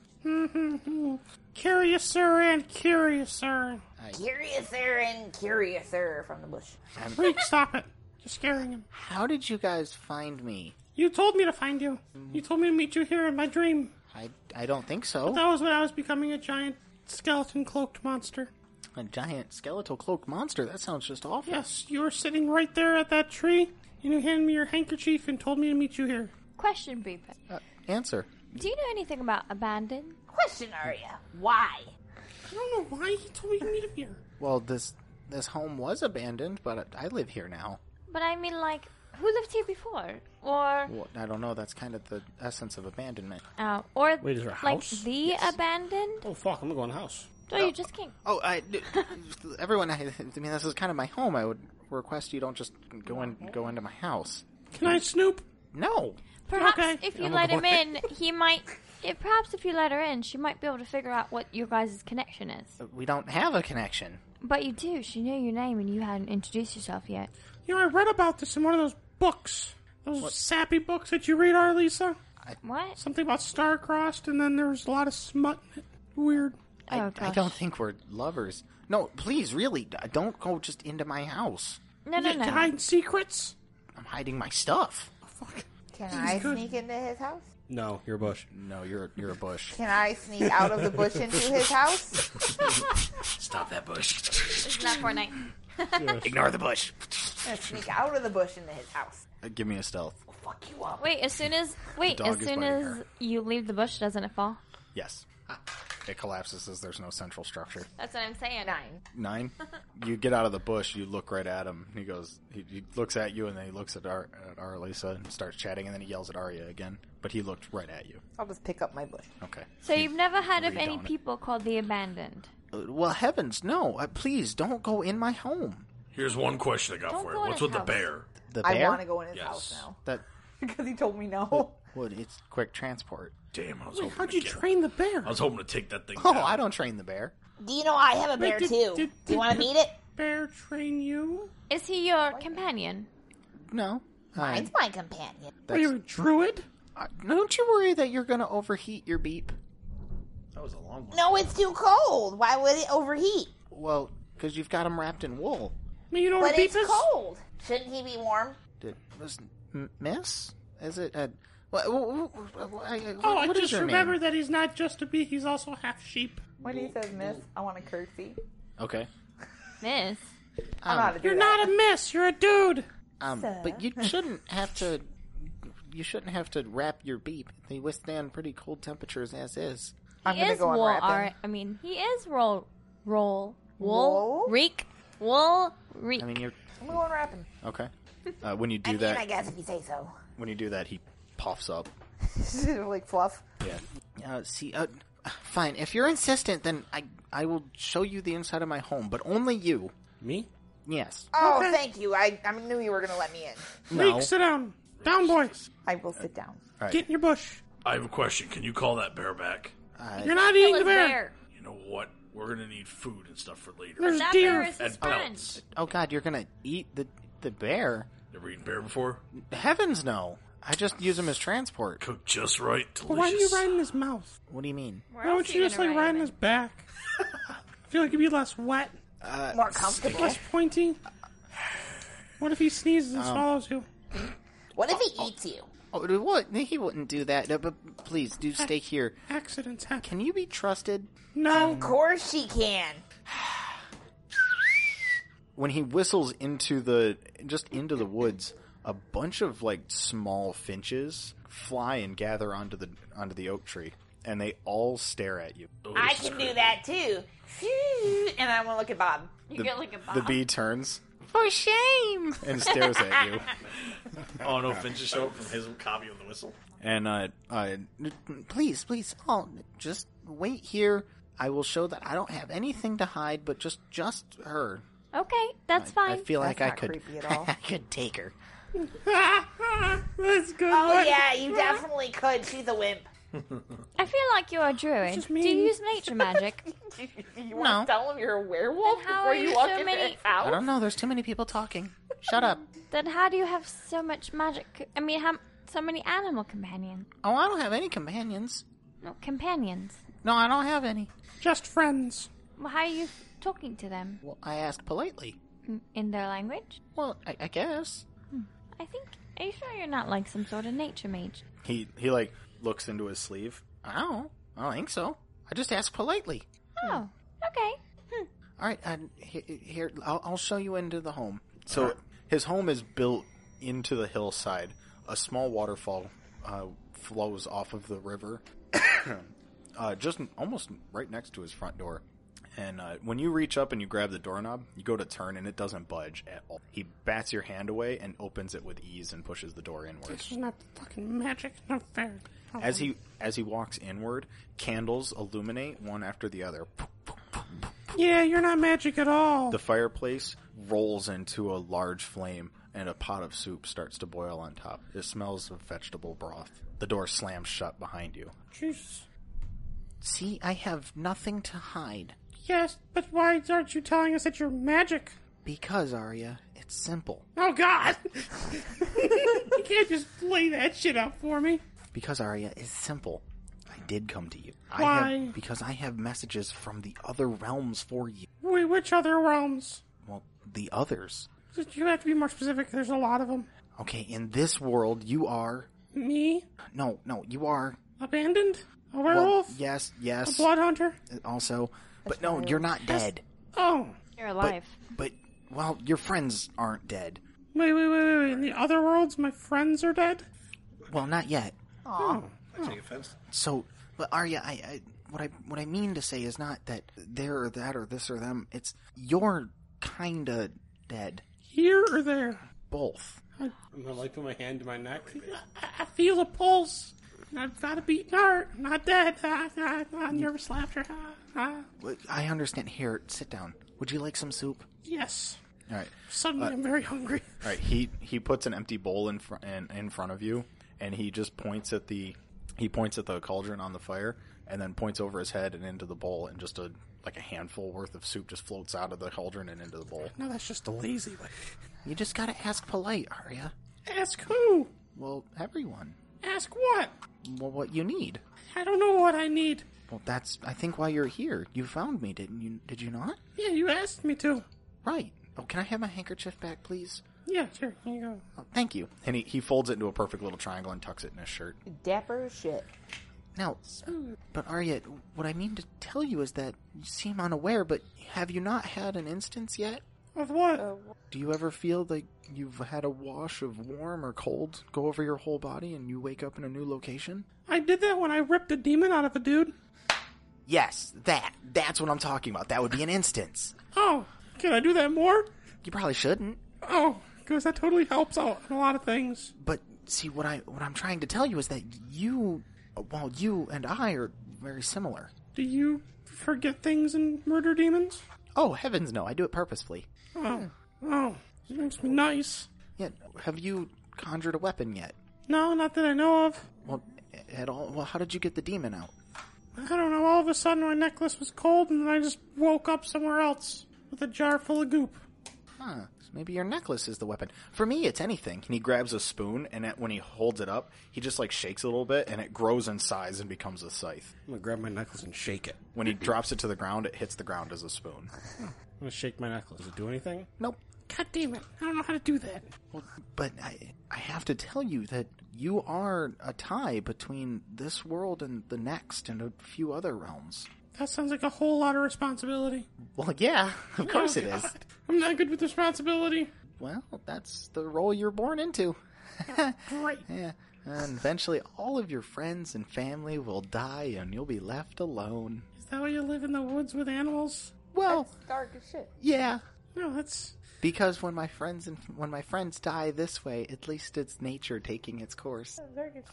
S11: Curiouser and curiouser.
S8: Curiouser and curiouser from the bush.
S11: Freak, stop it. You're scaring him.
S3: How did you guys find me?
S11: You told me to find you. You told me to meet you here in my dream.
S3: I, I don't think so.
S11: That was when I was becoming a giant skeleton cloaked monster.
S3: A giant skeletal cloaked monster. That sounds just awful.
S11: Yes, you were sitting right there at that tree, and you handed me your handkerchief and told me to meet you here.
S6: Question, Breepa.
S3: Uh, answer.
S6: Do you know anything about abandon?
S8: Question, Arya. Why?
S11: I don't know why he told me to meet him here.
S3: Well, this this home was abandoned, but I live here now.
S6: But I mean, like, who lived here before? Or.
S3: Well, I don't know. That's kind of the essence of abandonment.
S6: Uh, or
S5: Wait, is there a
S6: like
S5: house?
S6: the abandoned?
S5: Oh, fuck. I'm gonna go in the house.
S6: Oh, you just can't.
S3: Oh, I everyone. I, I mean, this is kind of my home. I would request you don't just go in go into my house.
S11: Can I snoop?
S3: No.
S6: Perhaps
S11: Okay.
S6: if you let him in, he might. If perhaps if you let her in, she might be able to figure out what your guys' connection is.
S3: We don't have a connection.
S6: But you do. She knew your name, and you hadn't introduced yourself yet.
S11: You know, I read about this in one of those books. Those sappy books that you read, are Lisa?
S6: What?
S11: Something about star-crossed, and then there was a lot of smut. in it. Weird.
S3: I,
S6: Oh,
S3: I
S6: gosh.
S3: don't think we're lovers. No, please, really, d- don't go just into my house.
S6: No, no,
S11: You
S6: no.
S11: hide secrets?
S3: I'm hiding my stuff.
S8: Can I sneak into his house?
S5: No, you're Bush.
S3: No, you're you're a bush.
S8: Can I sneak out of the bush into his house?
S7: Stop that bush.
S6: It's not Fortnite.
S3: Ignore the bush.
S8: I'm gonna sneak out of the bush into his house.
S3: Uh, give me a stealth.
S8: Fuck you up.
S6: Wait, as soon as wait,
S3: dog
S6: as
S3: is
S6: soon
S3: biting
S6: as
S3: her.
S6: you leave the bush, doesn't it fall?
S3: Yes. It collapses as there's no central structure.
S6: That's what I'm saying.
S8: Nine.
S3: Nine. You get out of the bush. You look right at him. He goes. He, he looks at you, and then he looks at Ar, at Ar Lisa and starts chatting, and then he yells at Arya again. But he looked right at you.
S8: I'll just pick up my bush.
S3: Okay.
S6: So you've never heard of
S3: Read
S6: any
S3: on it.
S6: people called the abandoned?
S3: Uh, well, heavens, no! Uh, please don't go in my home.
S16: Here's one question I got
S6: Don't
S16: for
S6: go
S16: you.
S6: in
S16: What's
S6: his
S16: with
S6: house.
S16: the bear?
S3: The
S8: I
S3: bear?
S8: want to go in his
S16: Yes.
S8: house now
S3: That
S8: because he told me no.
S3: would. It's quick transport.
S16: Damn, I was hoping.
S11: How'd
S16: to
S11: you
S16: get-
S11: train the bear?
S16: I was hoping to take that thing.
S3: Oh,
S16: down.
S3: I don't train the bear.
S8: Do you know I have a bear
S11: did-
S8: too?
S11: did-
S8: Do you
S11: did-
S8: want to meet it?
S11: Bear train you?
S6: Is he your companion?
S3: No. I,
S8: It's my companion.
S11: Are you a druid?
S3: I- don't you worry that you're going to overheat your beep.
S1: That was a long one.
S4: No, it's too cold. Why would it overheat?
S3: Well, because you've got them wrapped in wool.
S11: You know
S4: But
S11: what
S4: it's
S11: beef is?
S4: cold. Shouldn't he be warm?
S3: Did was m- miss? Is it? Uh, what, what, what,
S11: Oh, I just remember that he's not just a bee, he's also half sheep.
S8: When he says miss, I want to curtsy.
S3: Okay.
S6: Miss.
S8: I know how to do
S11: You're
S8: that.
S11: not a miss, you're a dude.
S3: Um, but you shouldn't have to. You shouldn't have to wrap your beep. They withstand pretty cold temperatures as is.
S8: I'm
S6: He
S8: gonna
S6: is
S8: go on
S6: wool.
S8: rapping.
S6: Ar- I mean, he is roll, roll, wool,
S8: Wool?
S6: reek, wool, reek.
S3: I mean, you're
S8: I'm going rapping.
S3: okay. Uh, when you do
S4: I mean,
S3: that,
S4: I guess if you say so.
S3: when you do that, he puffs up.
S8: like fluff.
S3: Uh, see, uh, fine. If you're insistent, then I I will show you the inside of my home, but only you.
S5: Me?
S3: Yes.
S4: Oh, thank you. I, I knew you were gonna let me in.
S3: No.
S11: Sit down. Down, boy.
S8: I will sit down.
S11: Get in your bush.
S7: I have a question. Can you call that bear back?
S11: You're not eating the
S6: Was
S11: bear.
S6: there.
S7: You know what? We're gonna need food and stuff for later.
S11: There's
S6: That bear
S11: deer.
S6: is his
S7: And
S6: friend.
S7: pelts.
S3: Oh God, you're gonna eat the the bear?
S7: Never eaten bear before.
S3: Heavens no! I just use him as transport.
S7: Cooked just right.
S11: But why are you
S7: Delicious.
S11: riding his mouth?
S3: What do you mean?
S6: Where
S11: Why
S6: else
S11: don't
S6: are
S11: you just
S6: gonna
S11: like
S6: ride
S11: ride
S6: him
S11: on his back? I feel like you'd be less wet,
S4: More comfortable.
S11: less pointy. What if he sneezes
S3: Um,
S11: and swallows you?
S4: What if he eats you?
S3: Oh, what? He wouldn't do that. No, but please do stay here.
S11: Accidents happen.
S3: Can you be trusted?
S11: No.
S4: Of course she can.
S3: When he whistles into the just into the woods, a bunch of like small finches fly and gather onto the onto the oak tree, and they all stare at you.
S7: Oh,
S8: I
S7: this is
S8: can
S7: great.
S8: do that too. Phew. And I want to look at Bob.
S6: You
S3: The,
S6: get like a bob.
S3: the bee turns. For shame! And stares at you.
S1: Oh no, Finch just showed up from his copy of the whistle.
S3: And uh, uh, please, please, all just wait here. I will show that I don't have anything to hide, but just just her.
S6: Okay, that's fine.
S3: I feel like I
S8: not
S3: could,
S8: creepy at all.
S3: I could take her.
S11: That's good.
S8: Oh
S11: one.
S8: yeah, you definitely could. She's a wimp.
S6: I feel like you're a druid.
S11: just
S6: Do
S11: mean.
S6: you use nature magic?
S8: You want to tell him you're a werewolf
S6: Then how
S8: before
S6: are
S8: you
S6: you
S8: walk
S6: so
S8: in
S6: many-
S3: I
S8: out?
S3: don't know. There's too many people talking. Shut up.
S6: then how do you have so much magic? I mean, how so many animal companions?
S3: Oh, I don't have any companions.
S6: No, companions.
S3: No, I don't have any.
S11: Just friends.
S6: Well, how are you talking to them
S3: Well, I asked politely.
S6: in- in their language?
S3: Well, I, I guess
S6: I think. Are you sure you're not like some sort of nature mage?
S17: He he like looks into his sleeve.
S3: I don't. I don't think so. I just asked politely.
S6: Oh, okay.
S3: All right, uh, he- he- here I'll, I'll show you into the home. So his home is built
S17: into the hillside. A small waterfall uh, flows off of the river, uh, just almost right next to his front door. And uh, when you reach up and you grab the doorknob, you go to turn and it doesn't budge at all. He bats your hand away and opens it with ease and pushes the door inward.
S11: It's not fucking magic. No fair.
S17: As he as he walks inward, candles illuminate one after the other.
S11: Yeah, you're not magic at all.
S17: The fireplace rolls into a large flame, and a pot of soup starts to boil on top. It smells of vegetable broth. The door slams shut behind you.
S11: Jesus.
S3: See, I have nothing to hide.
S11: Yes, but why aren't you telling us that you're magic?
S3: Because, Arya, it's simple.
S11: Oh God! you can't just lay that shit out for me.
S3: Because, Arya, it's simple. I did come to you. I
S11: Why?
S3: have, because I have messages from the other realms for you.
S11: Wait, which other realms?
S3: Well, the others.
S11: You have to be more specific. There's a lot of them.
S3: Okay, in this world, you are.
S11: Me,
S3: No, no, you are.
S11: abandoned, a
S3: well,
S11: werewolf,
S3: yes,
S11: a
S3: yes. uh,
S11: blood hunter.
S3: Also, but no, you're not dead.
S11: Oh,
S6: You're alive.
S3: But well, your friends aren't dead.
S11: wait, wait, wait, wait, wait. In the other worlds, my friends are dead.
S3: Well, not yet.
S1: I take offense.
S3: So, but Arya, I, I what I what I mean to say is not that there or that or this or them. It's you're kinda dead.
S11: Here or there?
S3: Both.
S5: I'm gonna like put my hand to my neck.
S11: I, I feel a pulse. I've got a beating heart. I'm not dead. Ah, ah, ah, nervous laughter. Ah, ah.
S3: But I understand. Here, sit down. Would you like some soup?
S11: Yes.
S3: All right.
S11: Suddenly, I'm very hungry.
S17: All right, he he puts an empty bowl in, fr- in in front of you, and he just points at the he points at the cauldron on the fire, and then points over his head and into the bowl, and just a like a handful worth of soup just floats out of the cauldron and into the bowl.
S11: No, that's just a lazy way.
S3: You just gotta ask polite, Arya.
S11: Ask who?
S3: Well, everyone.
S11: Ask what?
S3: Well, what you need.
S11: I don't know what I need.
S3: Well, that's I think why you're here. You found me, didn't you? Did you not?
S11: Yeah, you asked me to.
S3: Right. Oh, can I have my handkerchief back, please?
S11: Yeah, sure. Here you go.
S3: Oh, thank you. And he, he folds it into a perfect little triangle and tucks it in his shirt.
S8: Dapper as shit.
S3: Now, but Arya, what I mean to tell you is that you seem unaware, but have you not had an instance yet?
S11: Of what?
S3: Do you ever feel like you've had a wash of warm or cold go over your whole body and you wake up in a new location?
S11: I did that when I ripped a demon out of a dude.
S3: Yes, that. That's what I'm talking about. That would be an instance.
S11: Oh, can I do that more?
S3: You probably shouldn't.
S11: Oh, because that totally helps out in a lot of things.
S3: But see what I what I'm trying to tell you is that you well, you and I are very similar.
S11: Do you forget things in murder demons?
S3: Oh, heavens no, I do it purposefully.
S11: Oh, oh, it makes me nice.
S3: Yeah, have you conjured a weapon yet?
S11: No, not that I know of.
S3: Well, at all. Well, how did you get the demon out?
S11: I don't know. All of a sudden, my necklace was cold, and I just woke up somewhere else with a jar full of goop.
S3: Huh. so Maybe your necklace is the weapon. For me, it's anything.
S18: And he grabs a spoon, and at, when he holds it up, he just like shakes it a little bit, and it grows in size and becomes a scythe.
S5: I'm gonna grab my necklace and shake it.
S18: When
S3: Mm-hmm.
S18: he drops it to the ground, it hits the ground as a spoon.
S5: I'm gonna shake my necklace. Does it do anything?
S3: Nope.
S11: God damn it! I don't know how to do that.
S3: Well, but I, I have to tell you that you are a tie between this world and the next and a few other realms.
S11: That sounds like a whole lot of responsibility.
S3: Well, yeah, of course it is.
S11: I'm not good with responsibility.
S3: Well, that's the role you're born into.
S11: Great.
S3: Yeah. And eventually, all of your friends and family will die, and you'll be left alone.
S11: Is that why you live in the woods with animals?
S3: Well,
S8: Dark as shit.
S3: yeah,
S11: No, that's
S3: because when my friends and when my friends die this way, at least it's nature taking its course.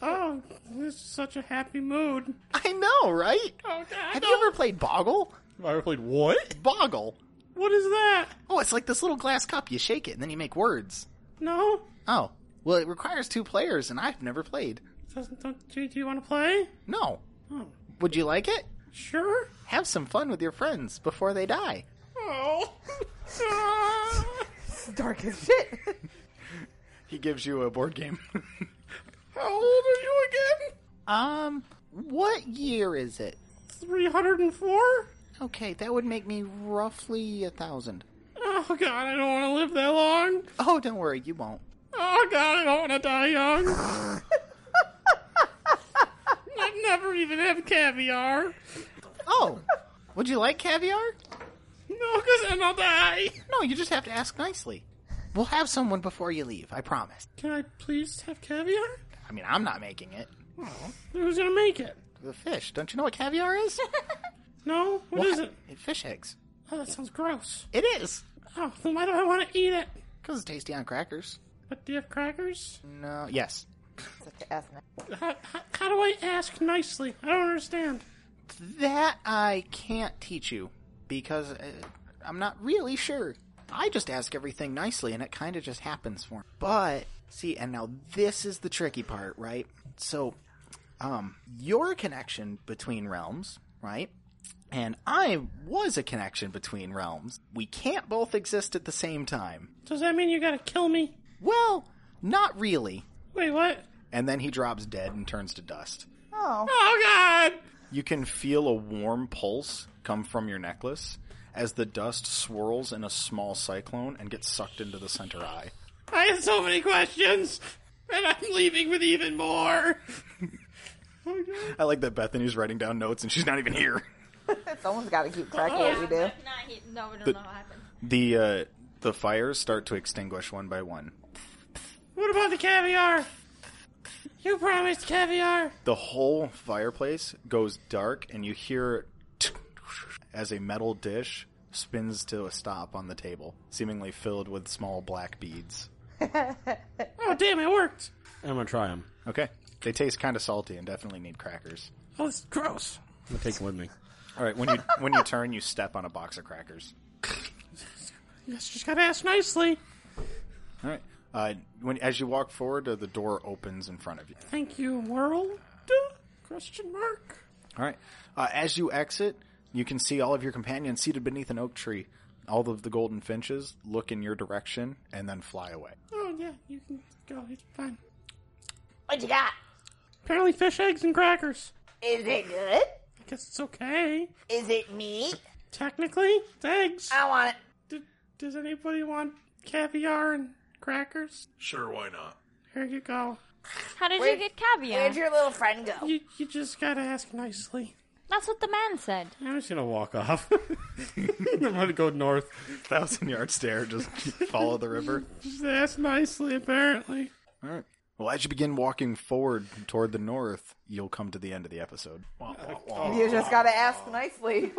S11: oh, this is such a happy mood.
S3: I know, right?
S11: Oh, God,
S3: Have you ever played Boggle?
S5: Have I ever played what?
S3: Boggle.
S11: What is that?
S3: Oh, it's like this little glass cup. You shake it, and then you make words.
S11: No,
S3: Oh, well, it requires two players, and I've never played.
S11: doesn't don't do you want to play?
S3: No.
S11: Oh,
S3: Would you like it?
S11: sure.
S3: Have some fun with your friends before they die.
S11: Oh, Ah.
S8: Dark as shit.
S18: He gives you a board game.
S11: how old are you again?
S3: Um, what year is it?
S11: Three hundred and four.
S3: Okay, that would make me roughly a thousand.
S11: Oh God, I don't want to live that long.
S3: Oh, don't worry, you won't.
S11: Oh God, I don't want to die young. I've never even had caviar.
S3: Oh, would you like caviar?
S11: No, because then I'll die.
S3: No, you just have to ask nicely. We'll have someone before you leave, I promise.
S11: Can I please have caviar?
S3: I mean, I'm not making it.
S11: Who's gonna make it?
S3: The fish. Don't you know what caviar is?
S11: No, what is it?
S3: Fish eggs.
S11: Oh, that sounds gross.
S3: It is.
S11: Oh, then why do I want to eat it?
S3: Because it's tasty on crackers.
S11: But do you have crackers?
S3: No, yes.
S8: Such a ass man.
S11: How, how, how do I ask nicely? I don't understand.
S3: That I can't teach you because uh, I'm not really sure. I just ask everything nicely and it kind of just happens for me. But, see, and now this is the tricky part, right? So, um, your connection between realms, right? And I was a connection between realms. We can't both exist at the same time.
S11: Does that mean you gotta kill me?
S3: Well, not really.
S11: Wait, what?
S18: and then he drops dead and turns to dust.
S11: Oh God!
S18: You can feel a warm pulse come from your necklace as the dust swirls in a small cyclone and gets sucked into the center eye.
S11: I have so many questions, and I'm leaving with even more. oh God!
S18: I like that Bethany's writing down notes and she's not even here.
S8: Someone's got to keep track of what we do.
S6: no, we don't know what happened.
S18: The uh, the fires start to extinguish one by one.
S11: What about the caviar? You promised caviar.
S18: The whole fireplace goes dark and you hear as a metal dish spins to a stop on the table, seemingly filled with small black beads.
S11: Oh damn, it worked.
S5: I'm gonna try them.
S18: Okay. They taste kind of salty and definitely need crackers.
S11: Oh, it's gross.
S5: I'm gonna take them with me.
S18: All right, when you when you turn, you step on a box of crackers.
S11: You guys just gotta ask nicely.
S18: All right. Uh, when as you walk forward, uh, the door opens in front of you.
S11: Thank you, world? Question mark.
S18: All right. Uh, as you exit, you can see all of your companions seated beneath an oak tree. All of the golden finches look in your direction and then fly away.
S11: Oh yeah, you can go. It's fine.
S8: What you got?
S11: Apparently, fish eggs and crackers.
S8: Is it good?
S5: I guess it's okay.
S8: Is it meat?
S5: Technically, thanks.
S8: I want it.
S5: D- does anybody want caviar and crackers?
S1: Sure, why not?
S5: Here you go.
S6: How did
S8: Where-
S6: you get caviar?
S8: Where'd your little friend go?
S5: You you just gotta ask nicely.
S6: That's what the man said.
S19: I'm just gonna walk off. I'm gonna go north.
S3: Thousand yard stare, just follow the river.
S5: Just ask nicely, apparently.
S3: All right. Well, as you begin walking forward toward the north, you'll come to the end of the episode.
S8: You just gotta ask nicely.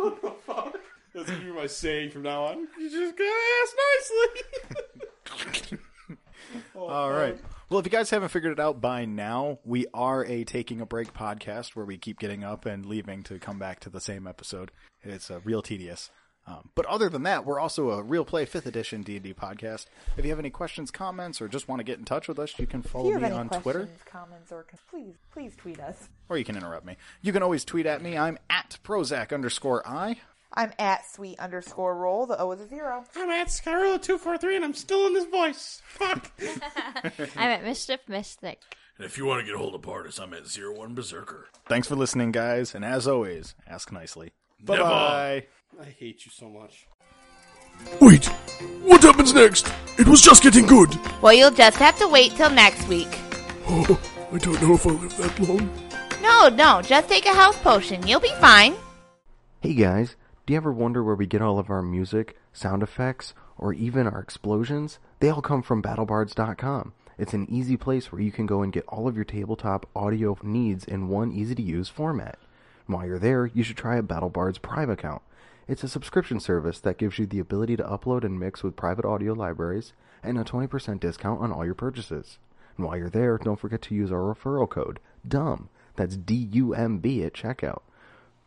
S19: That's gonna be my saying from now on.
S5: You just gotta ask nicely.
S3: All right. Well, if you guys haven't figured it out by now, we are a taking a break podcast where we keep getting up and leaving to come back to the same episode. It's uh, real tedious. Um, but other than that, we're also a real play fifth edition D and D podcast. If you have any questions, comments, or just want to get in touch with us, you can follow me on Twitter
S8: comments, or con- please, please tweet us.
S3: or you can interrupt me. You can always tweet at me. I'm at Prozac underscore I.
S8: I'm at sweet underscore roll. The O is a zero.
S5: I'm at Skyrola243 and I'm still in this voice. Fuck.
S6: I'm at Mischief Mystic.
S1: And if you want to get a hold of Partis, I'm at zero one Berserker.
S3: Thanks for listening, guys, and as always, ask nicely. Bye
S1: Never.
S3: bye.
S19: I hate you so much.
S1: Wait, what happens next? It was just getting good.
S4: Well, you'll just have to wait till next week.
S1: Oh, I don't know if I'll live that long.
S4: No, no, just take a health potion. You'll be fine.
S11: Hey guys, do you ever wonder where we get all of our music, sound effects, or even our explosions? They all come from battlebards.com. It's an easy place where you can go and get all of your tabletop audio needs in one easy to use format. And while you're there, you should try a BattleBards Prime account. It's a subscription service that gives you the ability to upload and mix with private audio libraries and a 20% discount on all your purchases. And while you're there, don't forget to use our referral code, DUMB. That's D U M B at checkout.